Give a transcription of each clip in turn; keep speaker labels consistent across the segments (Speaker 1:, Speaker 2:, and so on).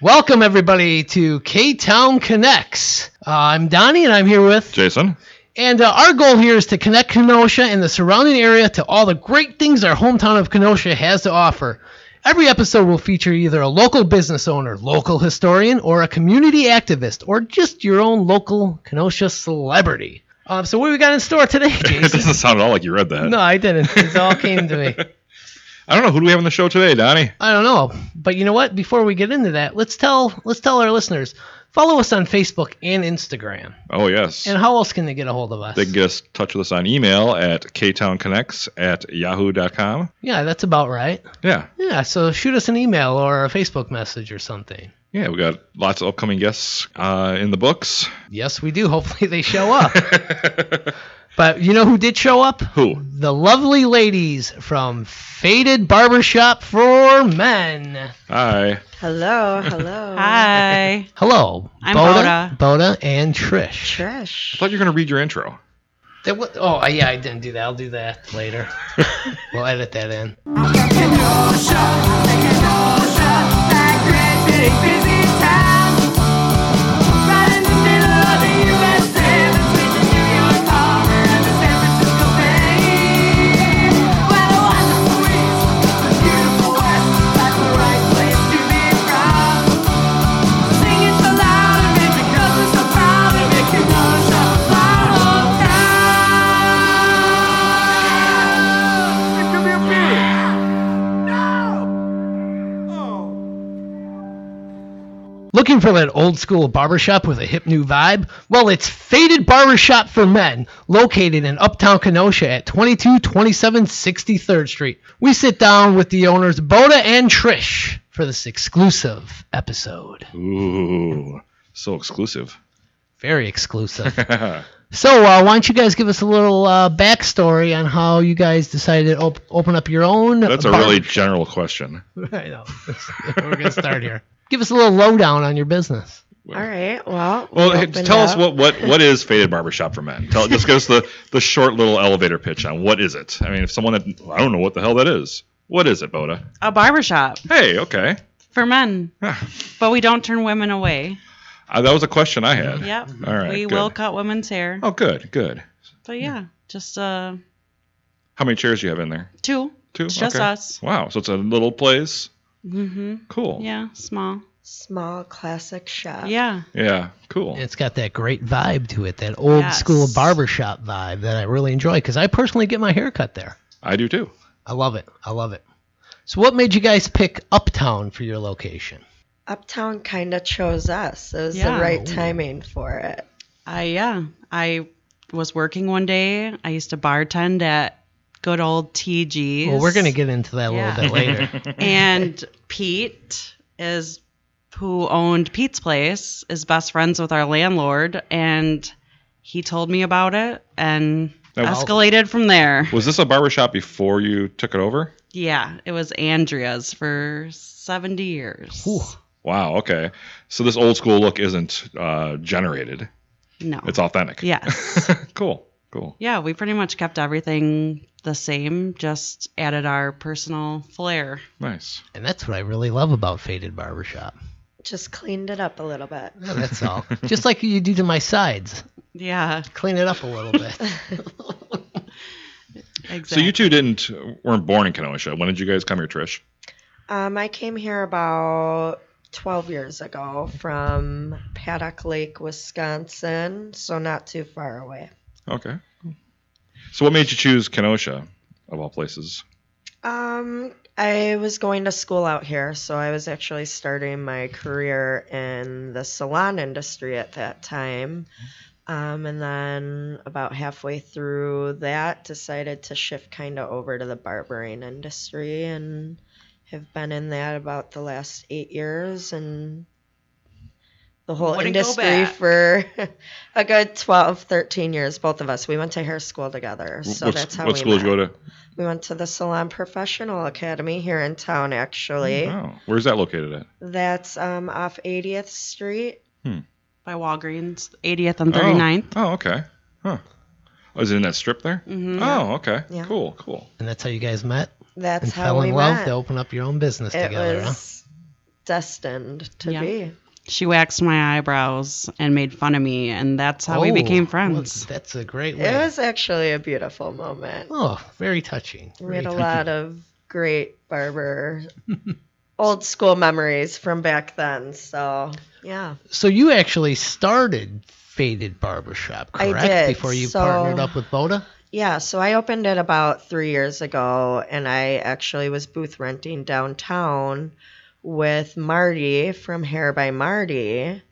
Speaker 1: Welcome, everybody, to K Town Connects. Uh, I'm Donnie, and I'm here with.
Speaker 2: Jason.
Speaker 1: And uh, our goal here is to connect Kenosha and the surrounding area to all the great things our hometown of Kenosha has to offer. Every episode will feature either a local business owner, local historian, or a community activist, or just your own local Kenosha celebrity. Um, so, what we got in store today,
Speaker 2: It
Speaker 1: Jason?
Speaker 2: doesn't sound at all like you read that.
Speaker 1: no, I didn't. It all came to me.
Speaker 2: I don't know who do we have on the show today, Donnie.
Speaker 1: I don't know, but you know what? Before we get into that, let's tell let's tell our listeners follow us on Facebook and Instagram.
Speaker 2: Oh yes.
Speaker 1: And how else can they get a hold of us?
Speaker 2: they can get us in touch with us on email at ktownconnects at yahoo.com.
Speaker 1: yeah, that's about right.
Speaker 2: Yeah.
Speaker 1: Yeah, so shoot us an email or a Facebook message or something.
Speaker 2: Yeah, we got lots of upcoming guests uh, in the books.
Speaker 1: Yes, we do. Hopefully they show up. but you know who did show up?
Speaker 2: Who?
Speaker 1: The lovely ladies from Faded Barbershop for Men.
Speaker 2: Hi.
Speaker 3: Hello, hello.
Speaker 4: Hi.
Speaker 1: Hello,
Speaker 4: I'm
Speaker 1: Boda, Boda, and Trish.
Speaker 2: I
Speaker 3: Trish.
Speaker 2: thought you were going to read your intro.
Speaker 1: That wa- oh, yeah, I didn't do that. I'll do that later. we'll edit that in. Looking for that old school barbershop with a hip new vibe? Well, it's Faded Barbershop for Men, located in Uptown Kenosha at 2227 63rd Street. We sit down with the owners, Boda and Trish, for this exclusive episode.
Speaker 2: Ooh. So exclusive.
Speaker 1: Very exclusive. so, uh, why don't you guys give us a little uh, backstory on how you guys decided to op- open up your own?
Speaker 2: That's a
Speaker 1: bar-
Speaker 2: really general question.
Speaker 1: I know. We're going to start here. Give us a little lowdown on your business.
Speaker 3: All right. Well,
Speaker 2: Well,
Speaker 3: we
Speaker 2: hey,
Speaker 3: opened
Speaker 2: tell us
Speaker 3: up.
Speaker 2: what, what, what is Faded Barbershop for Men? Tell, just give us the, the short little elevator pitch on what is it? I mean, if someone that, I don't know what the hell that is. What is it, Boda?
Speaker 4: A barbershop
Speaker 2: Hey, okay.
Speaker 4: for men.
Speaker 2: Huh.
Speaker 4: but we don't turn women away.
Speaker 2: Uh, that was a question I had.
Speaker 4: Yep.
Speaker 2: All right.
Speaker 4: we
Speaker 2: good.
Speaker 4: will cut women's hair.
Speaker 2: Oh, good, good.
Speaker 4: But yeah, just uh
Speaker 2: How many chairs do you have in there?
Speaker 4: two.
Speaker 2: Two.
Speaker 4: It's just
Speaker 2: Okay.
Speaker 4: us.
Speaker 2: Wow. So it's a little place.
Speaker 4: Mhm.
Speaker 2: Cool.
Speaker 4: Yeah, small.
Speaker 3: Small classic shop.
Speaker 4: Yeah.
Speaker 2: Yeah. Cool.
Speaker 1: It's got that great vibe to it, that old
Speaker 4: Yes.
Speaker 1: school barbershop vibe that I really enjoy because I personally get my hair cut there.
Speaker 2: I do too.
Speaker 1: I love it. I love it. So, what made you guys pick Uptown for your location?
Speaker 3: Uptown kind of chose us. It was
Speaker 4: Yeah.
Speaker 3: the right timing for it.
Speaker 4: I yeah. I was working one day. I used to bartend at good old TG's.
Speaker 1: Well, we're going to get into that a
Speaker 4: Yeah.
Speaker 1: little bit later.
Speaker 4: and Pete is who owned Pete's place is best friends with our landlord and he told me about it and
Speaker 2: Now-
Speaker 4: escalated from there.
Speaker 2: Was this a barbershop before you took it over?
Speaker 4: Yeah, it was Andrea's for 70 years.
Speaker 1: Whew.
Speaker 2: Wow. Okay. So this old school look isn't uh, generated.
Speaker 4: No.
Speaker 2: It's authentic.
Speaker 4: Yes.
Speaker 2: cool. Cool.
Speaker 4: yeah, we pretty much kept everything the same, just added our personal flair.
Speaker 2: Nice.
Speaker 1: and that's what I really love about Faded Barbershop.
Speaker 3: Just cleaned it up a little bit.
Speaker 1: Yeah, that's all. Just like you do to my sides,
Speaker 4: Yeah,
Speaker 1: clean it up a little bit.
Speaker 4: exactly.
Speaker 2: So you two didn't weren't born in Kenosha. When did you guys come here, Trish?
Speaker 3: Um, I came here about 12 years ago from Paddock Lake, Wisconsin, so not too far away.
Speaker 2: Okay. So what made you choose Kenosha, of all places?
Speaker 3: Um, I was going to school out here, so I was actually starting my career in the salon industry at that time. Um, and then about halfway through that, decided to shift kind of over to the barbering industry and have been in that about the last eight years and the whole
Speaker 4: Wouldn't go
Speaker 3: industry
Speaker 4: back.
Speaker 3: for a good 12, 13 years, both of us. We went to hair school together, so
Speaker 2: what
Speaker 3: that's how
Speaker 2: what
Speaker 3: we
Speaker 2: school
Speaker 3: met.
Speaker 2: did you go to?
Speaker 3: We went to the Salon Professional Academy here in town,
Speaker 1: Mm,
Speaker 3: actually.
Speaker 2: Oh, where's that located at?
Speaker 3: That's um, off 80th Street.
Speaker 4: by Walgreens, 80th and
Speaker 2: Oh.
Speaker 4: 39th.
Speaker 2: Oh, okay. Huh. Oh, is it in that strip there?
Speaker 4: Mhm.
Speaker 2: Oh, okay.
Speaker 3: Mm-hmm. Yeah.
Speaker 2: Cool, cool.
Speaker 1: and that's how you guys met
Speaker 3: That's
Speaker 1: and
Speaker 3: how
Speaker 1: fell
Speaker 3: we
Speaker 1: in love
Speaker 3: met.
Speaker 1: to open up your own business
Speaker 3: it
Speaker 1: together. huh?
Speaker 3: was destined to
Speaker 4: Yeah.
Speaker 3: be.
Speaker 4: She waxed my eyebrows and made fun of me, and that's how we
Speaker 1: Oh,
Speaker 4: became
Speaker 1: well,
Speaker 4: friends.
Speaker 1: that's a great
Speaker 3: It
Speaker 1: way.
Speaker 3: was actually a beautiful moment.
Speaker 1: Oh, very touching.
Speaker 3: We
Speaker 1: Very
Speaker 3: had a
Speaker 1: touching.
Speaker 3: lot of great barber old school memories from back then. So yeah.
Speaker 1: So you actually started Faded Barbershop,
Speaker 3: I
Speaker 1: correct?
Speaker 3: did,
Speaker 1: Before you
Speaker 3: so-
Speaker 1: partnered up with Boda?
Speaker 3: Yeah, so I opened it about three years ago, and I actually was booth renting downtown with Marty from Hair by Marty.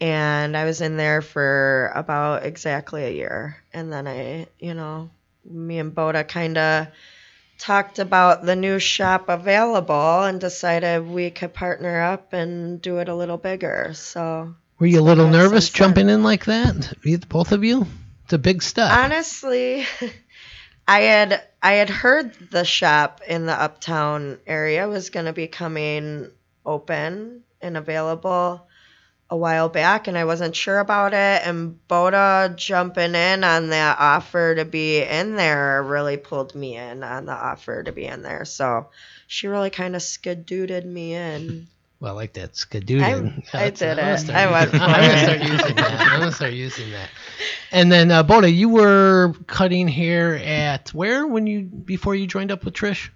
Speaker 3: And I was in there for about exactly a year. And then I, you know, me and Boda kind of talked about the new shop available and decided we could partner up and do it a little bigger. So
Speaker 1: Were you a little
Speaker 3: I've since
Speaker 1: nervous
Speaker 3: then.
Speaker 1: jumping in like that? You- Both of you? It's a big step.
Speaker 3: honestly i had i had heard the shop in the uptown area was going to be coming open and available a while back and i wasn't sure about it and boda jumping in on that offer to be in there really pulled me in on the offer to be in there so she really kind of skidooted me in
Speaker 1: well, I like that skadooted.
Speaker 3: I'm-
Speaker 1: Yeah,
Speaker 3: I
Speaker 1: that's-
Speaker 3: did
Speaker 1: gonna
Speaker 3: it.
Speaker 1: start
Speaker 3: I
Speaker 1: using-
Speaker 3: went for
Speaker 1: I'm gonna
Speaker 3: it.
Speaker 1: start using that. I'm gonna start using that. And then uh, Boda, you were cutting hair at where when you before you joined up with Trish?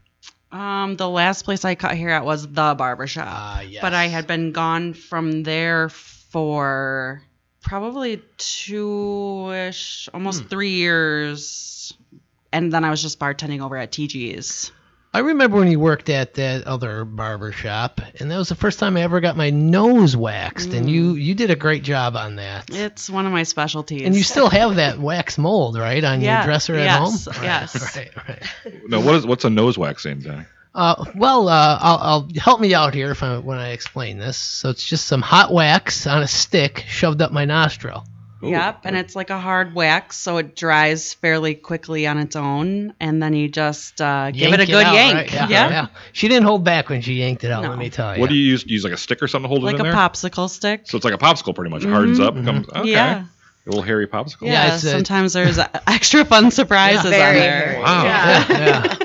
Speaker 4: Um, the last place I cut hair at was the barbershop.
Speaker 1: Ah, yes.
Speaker 4: But I had been gone from there for probably two ish,
Speaker 1: Hmm.
Speaker 4: almost three years. And then I was just bartending over at TG's.
Speaker 1: I remember when you worked at that other barber shop, and that was the first time I ever got my nose waxed, and you
Speaker 4: Mm.
Speaker 1: you did a great job on that.
Speaker 4: It's one of my specialties.
Speaker 1: And you still have that wax mold, right, on your
Speaker 4: Yeah,
Speaker 1: dresser at
Speaker 4: yes,
Speaker 1: home? Right,
Speaker 4: yes.
Speaker 1: Right, right.
Speaker 2: No, what is what's a nose waxing, Danny?
Speaker 1: Uh, well, uh, I'll, I'll help me out here if I, when I explain this. So it's just some hot wax on a stick shoved up my nostril.
Speaker 4: Yep, and it's like a hard wax, so it dries fairly quickly on its own, and then you just uh, give it a
Speaker 1: Yank
Speaker 4: good
Speaker 1: out,
Speaker 4: yank.
Speaker 1: right?
Speaker 4: Yeah,
Speaker 1: Yeah, yeah. She didn't hold back when she yanked it out.
Speaker 4: No.
Speaker 1: Let me
Speaker 3: Oh,
Speaker 1: tell you.
Speaker 2: What do you use? Do you use like a stick or something to hold it
Speaker 4: like
Speaker 2: in
Speaker 4: a
Speaker 2: there?
Speaker 4: popsicle stick.
Speaker 2: So it's like a popsicle, pretty much. It hardens
Speaker 3: Mm-hmm.
Speaker 2: up. Comes, okay.
Speaker 4: Yeah,
Speaker 2: A little hairy popsicle.
Speaker 1: Yeah,
Speaker 4: yeah.
Speaker 1: it's a-
Speaker 4: sometimes there's extra fun surprises on
Speaker 3: Very,
Speaker 4: there.
Speaker 3: very.
Speaker 2: Wow.
Speaker 1: Yeah,
Speaker 4: Yeah.
Speaker 1: yeah.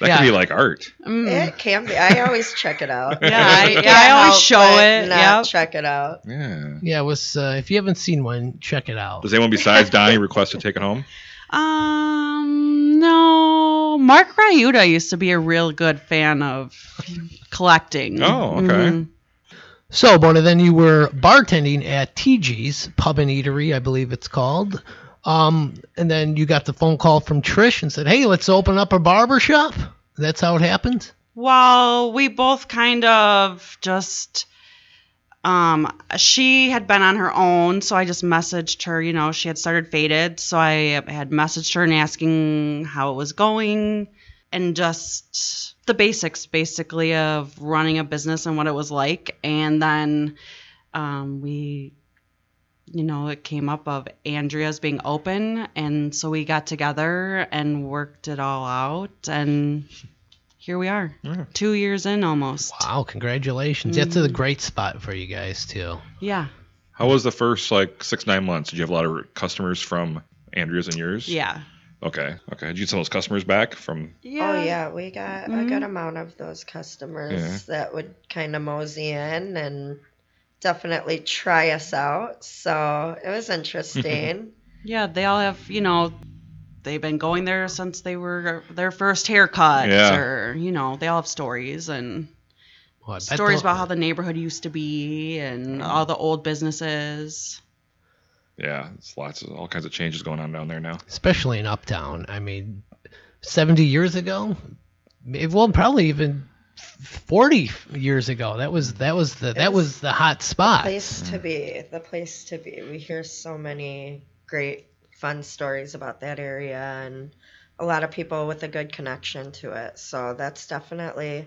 Speaker 2: That
Speaker 1: Yeah.
Speaker 2: could be like art.
Speaker 4: Mm.
Speaker 3: it can be i always check it out
Speaker 4: Yeah, I- yeah, I
Speaker 3: Can't
Speaker 4: always
Speaker 3: help
Speaker 4: show
Speaker 3: but
Speaker 4: it,
Speaker 3: not
Speaker 4: yep.
Speaker 3: check it out
Speaker 2: Yeah.
Speaker 1: Yeah, it was. Uh, if you haven't seen one, check it out.
Speaker 2: Does anyone besides Donnie request to take it home?
Speaker 4: Um, no. Mark Ryuta used to be a real good fan of collecting.
Speaker 2: Oh, okay.
Speaker 3: Mm-hmm.
Speaker 4: Mhm.
Speaker 1: So, Bona, then you were bartending at TG's Pub and Eatery, I believe it's called. Um, and then you got the phone call from Trish and said, "Hey, let's open up a barber shop." That's how it happened.
Speaker 4: Well, we both kind of just um she had been on her own, so I just messaged her, you know, she had started faded, so I had messaged her and asking how it was going and just the basics basically of running a business and what it was like and then um we you know, it came up of Andrea's being open and so we got together and worked it all out and here we are two years in almost
Speaker 1: Wow! Congratulations. That's
Speaker 4: Mm.
Speaker 1: a great spot for you guys too.
Speaker 4: yeah
Speaker 2: How was the first like six nine months? Did you have a lot of customers from Andrea's and yours?
Speaker 4: yeah
Speaker 2: Okay. Okay. Did you get some of those customers back from?
Speaker 4: yeah
Speaker 3: Oh yeah, we got a good amount of those customers
Speaker 2: Yeah.
Speaker 3: that would kind of mosey in and definitely try us out. So it was interesting.
Speaker 4: yeah they all have you know they've been going there since they were uh, their first haircuts
Speaker 2: Yeah.
Speaker 4: or you know they all have stories and
Speaker 1: Well, I bet
Speaker 4: stories
Speaker 1: the-
Speaker 4: about how the neighborhood used to be and all the old businesses
Speaker 2: Yeah. It's lots of all kinds of changes going on down there now.
Speaker 1: especially in Uptown. I mean, 70 years ago, it, well, probably even 40 years ago. That was that was the that was the hot spot.
Speaker 3: place
Speaker 2: Mm.
Speaker 3: to be, the place to be. We hear so many great fun stories about that area and a lot of people with a good connection to it. So that's definitely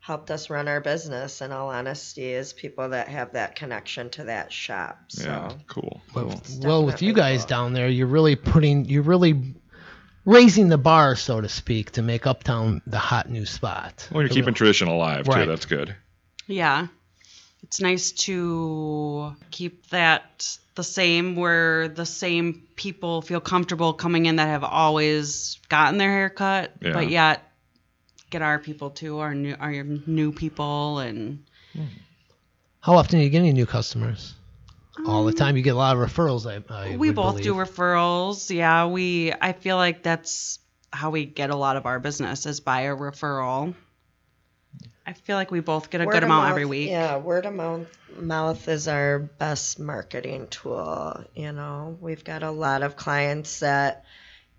Speaker 3: helped us run our business in all honesty is people that have that connection to that shop. So
Speaker 2: Yeah. Cool.
Speaker 1: Well,
Speaker 2: cool.
Speaker 1: well, with you
Speaker 3: definitely
Speaker 1: guys
Speaker 3: cool.
Speaker 1: down there, you're really putting you're really raising the bar, so to speak, to make Uptown the hot new spot.
Speaker 2: Well, you're keeping tradition alive too.
Speaker 1: Right.
Speaker 2: That's good.
Speaker 4: yeah it's nice to keep that the same where the same people feel comfortable coming in that have always gotten their hair cut
Speaker 2: Yeah.
Speaker 4: but yet get our people too our new our new people and
Speaker 1: How often do you get any new customers? All the time. You get a lot of referrals. I, I
Speaker 4: Um, we
Speaker 1: would
Speaker 4: both do
Speaker 1: believe.
Speaker 4: referrals. Yeah, we. I feel like that's how we get a lot of our business is by a referral. I feel like we both get a
Speaker 3: Word
Speaker 4: good
Speaker 3: of
Speaker 4: amount
Speaker 3: mouth-
Speaker 4: every week.
Speaker 3: Yeah, word of mouth mouth is our best marketing tool. You know, we've got a lot of clients that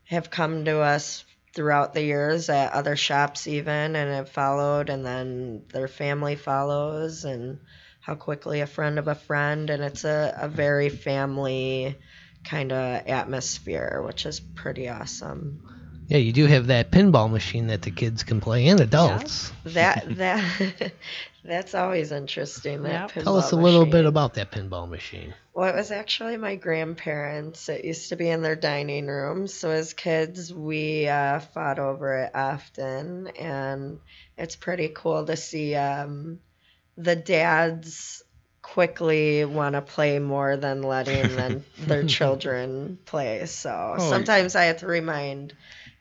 Speaker 3: have come to us throughout the years at other shops even and have followed and then their family follows and how quickly a friend of a friend and it's a, a very family kind of atmosphere which is pretty awesome
Speaker 1: Yeah, you do have that pinball machine that the kids can play and adults.
Speaker 3: that that that's always interesting. That
Speaker 4: Yep.
Speaker 1: Tell us a
Speaker 3: pinball
Speaker 1: little bit
Speaker 3: machine.
Speaker 1: about that pinball machine.
Speaker 3: Well, it was actually my grandparents. It used to be in their dining room. So as kids, we uh, fought over it often, and it's pretty cool to see um, the dads quickly want to play more than letting than their children play. So
Speaker 2: Oh,
Speaker 3: sometimes I have to remind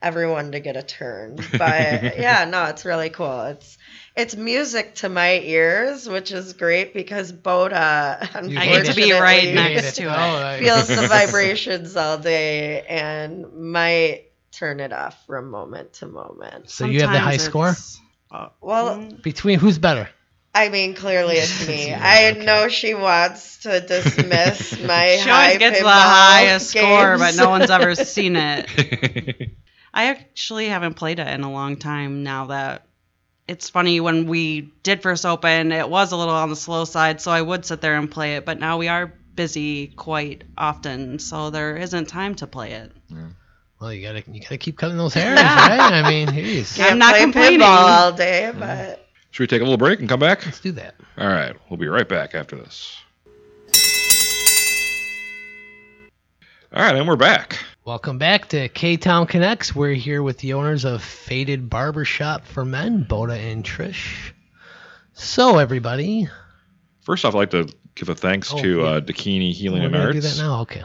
Speaker 3: everyone to get a turn. But yeah, no, it's really cool. It's it's music to my ears, which is great because Boda
Speaker 1: You hate
Speaker 3: unfortunately
Speaker 1: it. I get to
Speaker 4: be right next
Speaker 1: Hate it.
Speaker 4: to it.
Speaker 1: Oh, I-
Speaker 3: feels the vibrations all day and might turn it off from moment to moment.
Speaker 1: So you have the high
Speaker 4: Sometimes
Speaker 1: score
Speaker 4: it's- Mm.
Speaker 3: Well,
Speaker 1: between who's better?
Speaker 3: I mean, clearly it's me.
Speaker 1: Yeah,
Speaker 3: I
Speaker 1: okay.
Speaker 3: know she wants to dismiss my
Speaker 4: She
Speaker 3: high
Speaker 4: always gets the
Speaker 3: pinball
Speaker 4: highest score, but
Speaker 3: games.
Speaker 4: no one's ever seen it. I actually haven't played it in a long time now that it's funny when we did first open, it was a little on the slow side, so I would sit there and play it, but now we are busy quite often, so there isn't time to play it.
Speaker 1: Well, you gotta you gotta keep cutting those hairs, right? I mean, geez,
Speaker 3: Can't
Speaker 4: I'm not
Speaker 3: play
Speaker 4: complaining. Mm.
Speaker 3: pinball all day, but
Speaker 2: Should we take a little break and come back?
Speaker 1: let's do that.
Speaker 2: All right, we'll be right back after this. All right, and we're back.
Speaker 1: Welcome back to K Town Connects. We're here with the owners of Faded Barbershop for Men, Boda and Trish. So everybody,
Speaker 2: First off, I'd like to give a thanks
Speaker 1: Oh,
Speaker 2: to
Speaker 1: yeah.
Speaker 2: uh, Dakini Healing
Speaker 1: we're
Speaker 2: and
Speaker 1: gonna
Speaker 2: Arts.
Speaker 1: do that now. Okay.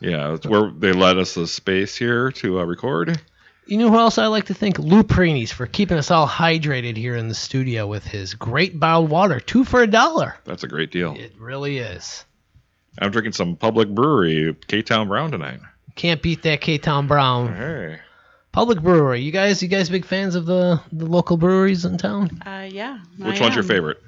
Speaker 2: Yeah, it's where they let us the space here to uh, record.
Speaker 1: You know who else I like to thank? Lou Preenies for keeping us all hydrated here in the studio with his great bottled water, two for a dollar.
Speaker 2: That's a great deal.
Speaker 1: It really is.
Speaker 2: I'm drinking some public brewery K Town Brown tonight.
Speaker 1: Can't beat that K Town Brown
Speaker 2: Hey,
Speaker 1: Public Brewery. You guys, you guys, big fans of the the local breweries in town?
Speaker 4: Uh, yeah.
Speaker 2: which
Speaker 4: I
Speaker 2: one's your
Speaker 4: am.
Speaker 2: favorite?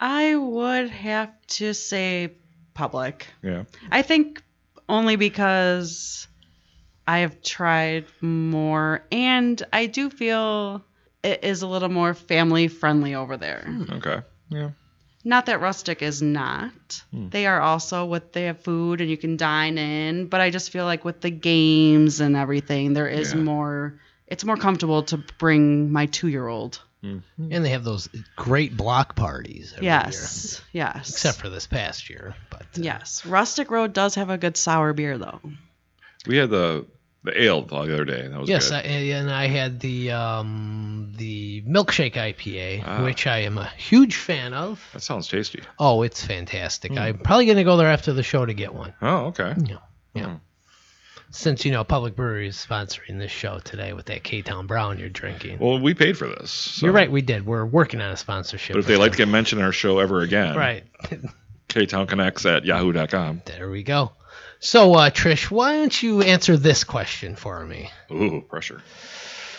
Speaker 4: I would have to say public.
Speaker 2: Yeah,
Speaker 4: I think only because I have tried more, and I do feel it is a little more family friendly over there.
Speaker 2: okay. Yeah,
Speaker 4: Not that rustic is not.
Speaker 2: Hmm.
Speaker 4: They are also what they have food and you can dine in, but I just feel like with the games and everything, there is
Speaker 2: Yeah.
Speaker 4: more. It's more comfortable to bring my two-year-old.
Speaker 2: Hmm.
Speaker 1: And they have those great block parties. Every Year.
Speaker 4: Yes, yes.
Speaker 1: Except for this past year, but uh,
Speaker 4: yes, Rustic Road does have a good sour beer though.
Speaker 2: we had the the ale the other day, and that was
Speaker 1: yes,
Speaker 2: good.
Speaker 1: I, and I had the um, the milkshake IPA,
Speaker 2: Ah.
Speaker 1: which I am a huge fan of.
Speaker 2: that sounds tasty.
Speaker 1: Oh, it's fantastic!
Speaker 2: Hmm.
Speaker 1: I'm probably gonna go there after the show to get one.
Speaker 2: Oh, okay.
Speaker 1: Yeah, yeah. Since you know Public Brewery is sponsoring this show today with that K Town Brown you're drinking.
Speaker 2: Well, we paid for this. so-
Speaker 1: You're right, we did. We're working on a sponsorship.
Speaker 2: But if
Speaker 1: with
Speaker 2: they like to
Speaker 1: them.
Speaker 2: get mentioned in our show ever again,
Speaker 1: right.
Speaker 2: ktown connects at yahoo.com.
Speaker 1: There we go. So, uh, Trish, why don't you answer this question for me?
Speaker 2: Ooh, pressure.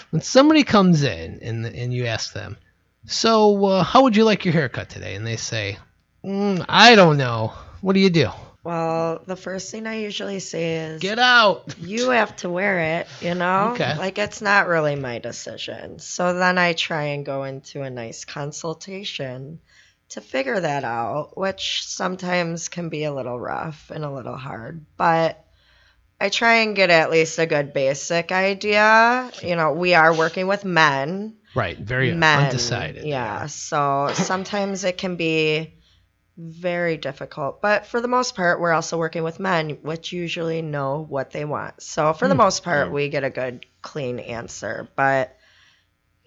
Speaker 1: When somebody comes in and, and you ask them, So, uh, how would you like your haircut today? And they say, mm, I don't know. What do you do?
Speaker 3: well, the first thing I usually say is
Speaker 1: Get out.
Speaker 3: you have to wear it, you know?
Speaker 1: Okay.
Speaker 3: Like it's not really my decision. So then I try and go into a nice consultation to figure that out, which sometimes can be a little rough and a little hard, but I try and get at least a good basic idea. You know, we are working with men,
Speaker 1: Right. Very
Speaker 3: men.
Speaker 1: undecided.
Speaker 3: Yeah. So sometimes it can be very difficult. But for the most part, we're also working with men, which usually know what they want. So for the most part,
Speaker 2: Yeah.
Speaker 3: we get a good, clean answer. But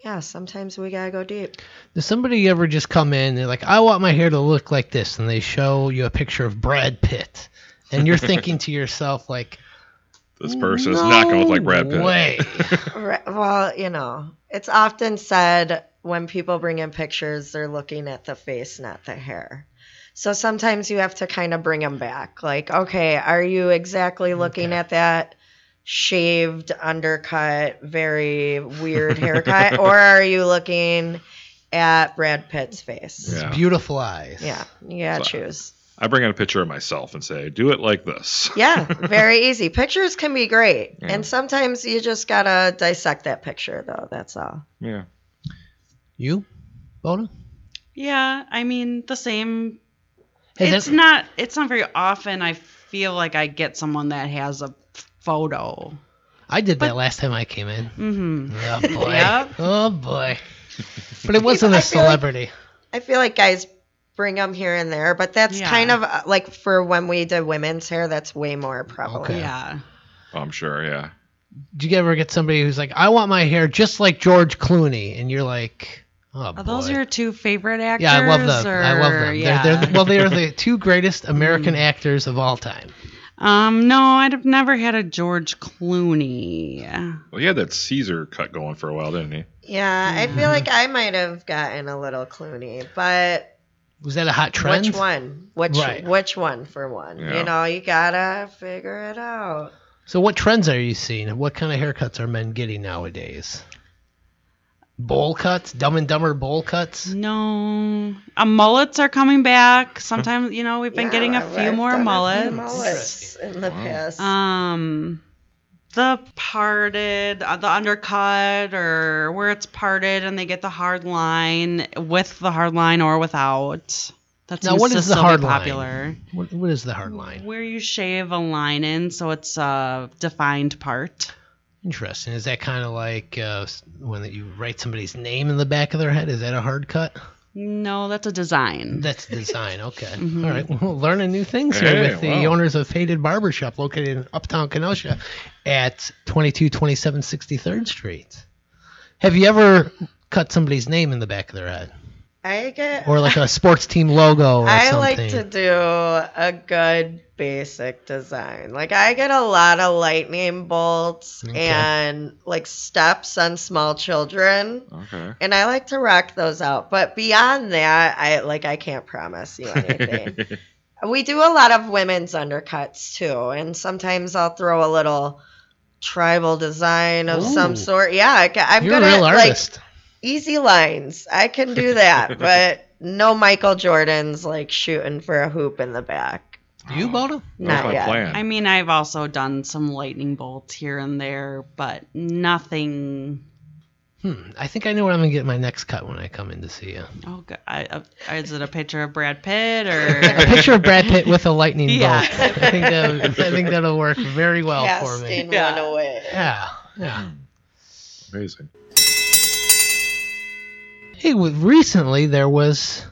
Speaker 3: yeah, sometimes we got to go deep.
Speaker 1: Does somebody ever just come in and they're like, I want my hair to look like this? And they show you a picture of Brad Pitt. And you're thinking to yourself, like,
Speaker 2: This person is not going to look like Brad Pitt.
Speaker 1: Way.
Speaker 3: Right, well, you know, it's often said when people bring in pictures, they're looking at the face, not the hair. So sometimes you have to kind of bring them back. Like, okay, are you exactly looking
Speaker 1: Okay.
Speaker 3: at that shaved, undercut, very weird haircut, or are you looking at Brad Pitt's face?
Speaker 2: Yeah.
Speaker 1: Beautiful eyes.
Speaker 3: Yeah, you gotta
Speaker 2: So-
Speaker 3: choose.
Speaker 2: I bring out a picture of myself and say, do it like this.
Speaker 3: Yeah, very easy. Pictures can be great,
Speaker 2: Yeah.
Speaker 3: and sometimes you just gotta dissect that picture, though. That's all.
Speaker 2: Yeah.
Speaker 1: You, Bona?
Speaker 4: Yeah, I mean the same.
Speaker 1: Has
Speaker 4: it's
Speaker 1: any-
Speaker 4: not. It's not very often I feel like I get someone that has a photo.
Speaker 1: I did that
Speaker 4: but-
Speaker 1: last time I came in.
Speaker 4: Mm-hmm.
Speaker 1: Oh boy.
Speaker 4: Yep.
Speaker 1: Oh boy. But it wasn't
Speaker 3: I
Speaker 1: a
Speaker 3: feel like-
Speaker 1: celebrity.
Speaker 3: I feel like guys bring them here and there, but that's
Speaker 4: Yeah.
Speaker 3: kind of uh, like for when we did women's hair, that's way more prevalent.
Speaker 1: Okay.
Speaker 4: Yeah.
Speaker 2: Oh, I'm sure. Yeah.
Speaker 1: Do you ever get somebody who's like, I want my hair just like George Clooney, and you're like, oh boy.
Speaker 4: Are those your two favorite actors?
Speaker 1: yeah, I love them. I love them.
Speaker 4: or-
Speaker 1: They're-
Speaker 4: Yeah. Mm.
Speaker 1: They're, well, they are the two greatest American actors of all time.
Speaker 4: um, no, I've never had a George Clooney.
Speaker 2: Well, he had that Caesar cut going for a while, didn't he?
Speaker 3: Yeah, I
Speaker 4: Mm-hmm.
Speaker 3: feel like I might have gotten a little Clooney, but
Speaker 1: Was that a hot trend?
Speaker 3: which one? Which
Speaker 1: Right.
Speaker 3: which one for one?
Speaker 2: Yeah.
Speaker 3: You know, you gotta figure it out.
Speaker 1: So, what trends are you seeing? What kind of haircuts are men getting nowadays? Bowl cuts, Dumb and Dumber bowl cuts.
Speaker 4: Mm. No, uh, mullets are coming back. Sometimes you know we've been
Speaker 3: Yeah,
Speaker 4: getting a
Speaker 3: I've
Speaker 4: few more
Speaker 3: done a few
Speaker 4: mullets.
Speaker 3: mullets in the
Speaker 2: Wow.
Speaker 3: past.
Speaker 4: Um, the parted, uh, the undercut, or where it's parted and they get the hard line with the hard line or without. That's
Speaker 1: Now, what is the
Speaker 4: still
Speaker 1: hard
Speaker 4: be
Speaker 1: line?
Speaker 4: popular.
Speaker 1: What, what is the hard line?
Speaker 4: Where you shave a line in, so it's a defined part.
Speaker 1: Interesting. Is that kind of like uh, s- when you write somebody's name in the back of their head? Is that a hard cut?
Speaker 4: No, that's a design.
Speaker 1: That's design. Okay.
Speaker 3: Mm-hmm.
Speaker 4: Mhm.
Speaker 1: All right. Well, learning new things here
Speaker 2: Hey,
Speaker 1: with the
Speaker 2: wow.
Speaker 1: owners of Faded Barbershop located in Uptown Kenosha at 2227 63rd Street. Have you ever cut somebody's name in the back of their head
Speaker 3: I get.
Speaker 1: or like a sports team logo or
Speaker 3: I
Speaker 1: something?
Speaker 3: like to do a good basic design. Like I get a lot of lightning bolts
Speaker 1: Okay.
Speaker 3: and like steps on small children.
Speaker 2: Okay.
Speaker 3: And I like to rock those out. But beyond that, I like I can't promise you anything. we do a lot of women's undercuts too, and sometimes I'll throw a little tribal design of
Speaker 1: Ooh.
Speaker 3: some sort. Yeah, I, ca- I'm
Speaker 1: You're a
Speaker 3: good at
Speaker 1: real
Speaker 3: like
Speaker 1: artist.
Speaker 3: easy lines. I can do that, but no Michael Jordan's like shooting for a hoop in the back.
Speaker 1: you bought him?
Speaker 2: That was
Speaker 3: Not
Speaker 2: my
Speaker 3: yet.
Speaker 2: plan.
Speaker 4: I mean, I've also done some lightning bolts here and there, but nothing.
Speaker 1: Hmm. I think I know where I'm going to get my next cut when I come in to see you.
Speaker 4: Oh, God. I, I, is it a picture of Brad Pitt or?
Speaker 1: A picture of Brad Pitt with a lightning
Speaker 4: Yeah.
Speaker 1: bolt. I think, that, I think that'll work very well for me.
Speaker 3: Casting
Speaker 4: Yeah.
Speaker 3: one away.
Speaker 1: Yeah. Yeah.
Speaker 2: Amazing.
Speaker 1: Hey, w- recently there was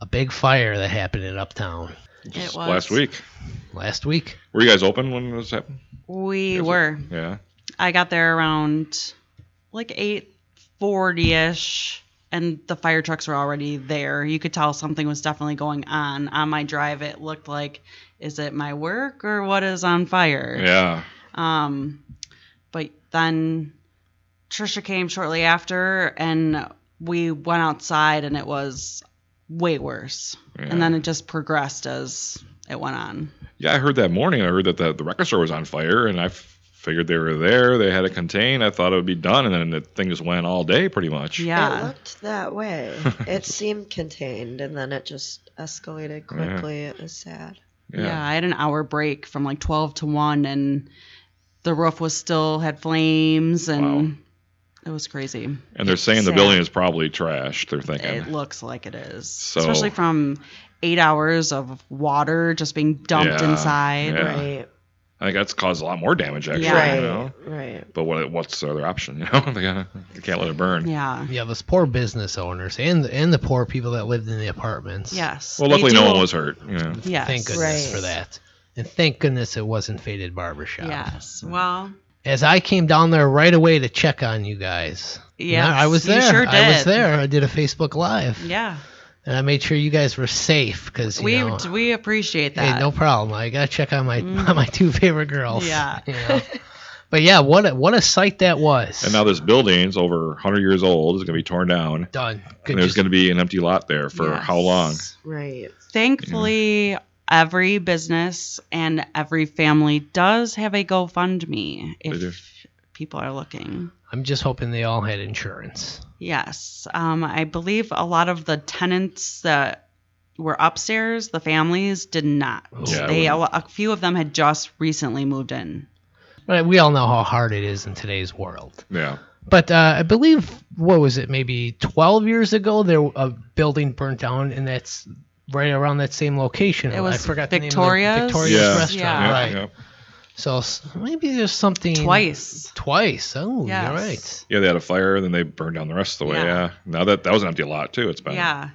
Speaker 1: a big fire that happened in Uptown
Speaker 4: It was.
Speaker 2: Last week.
Speaker 1: last week.
Speaker 2: Were you guys open when this happened?
Speaker 4: We
Speaker 2: Is it-
Speaker 4: were.
Speaker 2: Yeah.
Speaker 4: I got there around like 8:40ish and the fire trucks were already there. You could tell something was definitely going on. On my drive it looked like is it my work or what is on fire?
Speaker 2: Yeah.
Speaker 4: Um but then Trisha came shortly after and we went outside and it was way worse.
Speaker 2: Yeah.
Speaker 4: And then it just progressed as it went on.
Speaker 2: Yeah, I heard that morning. I heard that the, the record store was on fire, and I f- figured they were there. They had it contained. I thought it would be done, and then the thing just went all day pretty much.
Speaker 4: Yeah.
Speaker 3: It looked that way. It seemed contained, and then it just escalated quickly. It was sad.
Speaker 4: Yeah. I had an hour break from like 12 to 1 and the roof was still had flames and
Speaker 2: Wow.
Speaker 4: it was crazy.
Speaker 2: And they're saying the
Speaker 3: Sad.
Speaker 2: building is probably trashed. They're thinking.
Speaker 4: It looks like it is.
Speaker 2: So-
Speaker 4: Especially from 8 hours of water just being dumped
Speaker 2: Yeah,
Speaker 4: inside.
Speaker 2: Yeah.
Speaker 3: Right.
Speaker 2: I think that's caused a lot more damage actually.
Speaker 4: Yeah.
Speaker 2: You
Speaker 3: Right.
Speaker 2: know?
Speaker 3: Right.
Speaker 2: But what what's the other option? You know, they, gotta, they can't let it burn.
Speaker 4: Yeah.
Speaker 1: Yeah, those poor business owners and and the poor people that lived in the apartments.
Speaker 4: Yes.
Speaker 2: Well,
Speaker 4: they
Speaker 2: luckily no
Speaker 4: do-
Speaker 2: one was hurt. You know.
Speaker 4: Yes.
Speaker 1: Thank goodness
Speaker 3: Right.
Speaker 1: for that. And thank goodness it wasn't Faded Barbershop.
Speaker 4: Yes. Well,
Speaker 1: As I came down there right away to check on you guys.
Speaker 4: yes.
Speaker 1: And I, I was
Speaker 4: you
Speaker 1: there.
Speaker 4: sure
Speaker 1: I was
Speaker 4: did.
Speaker 1: there. I did a Facebook Live.
Speaker 4: Yeah.
Speaker 1: And I made sure you guys were safe because
Speaker 4: we
Speaker 1: know,
Speaker 4: we appreciate that. Mm.
Speaker 1: Hey, no problem. I gotta check on my on my two favorite girls.
Speaker 4: Yeah.
Speaker 1: You know? But yeah, what a, what a sight that was.
Speaker 2: And now this building's over 100 years old. It's going to be torn down.
Speaker 1: done.
Speaker 2: and there's going to be an empty lot there for how long?
Speaker 3: Right.
Speaker 4: Thankfully, every business and every family does have a GoFundMe
Speaker 2: do.
Speaker 4: if people are looking.
Speaker 1: I'm just hoping they all had insurance.
Speaker 4: Yes. Um, I believe a lot of the tenants that were upstairs, the families, did not.
Speaker 2: Yeah, I
Speaker 4: they a, lo- a few of them had just recently moved in.
Speaker 1: But we all know how hard it is in today's world.
Speaker 2: Yeah.
Speaker 1: But uh, I believe what was it? Maybe 12 years ago, there a building burnt down, and that's right around that same location.
Speaker 4: It
Speaker 1: I
Speaker 4: was
Speaker 1: forgot
Speaker 4: Victoria's?
Speaker 1: the name of the Victoria's
Speaker 2: Yeah.
Speaker 1: restaurant,
Speaker 4: Yeah.
Speaker 1: right?
Speaker 2: Yeah,
Speaker 1: So s- maybe there's something
Speaker 4: Twice.
Speaker 1: Twice. Oh,
Speaker 4: Yes.
Speaker 1: you're right.
Speaker 2: Yeah, they had a fire, and then they burned down the rest of the way.
Speaker 4: Yeah.
Speaker 2: Yeah. Now that that was an empty lot too. It's been.
Speaker 4: Yeah.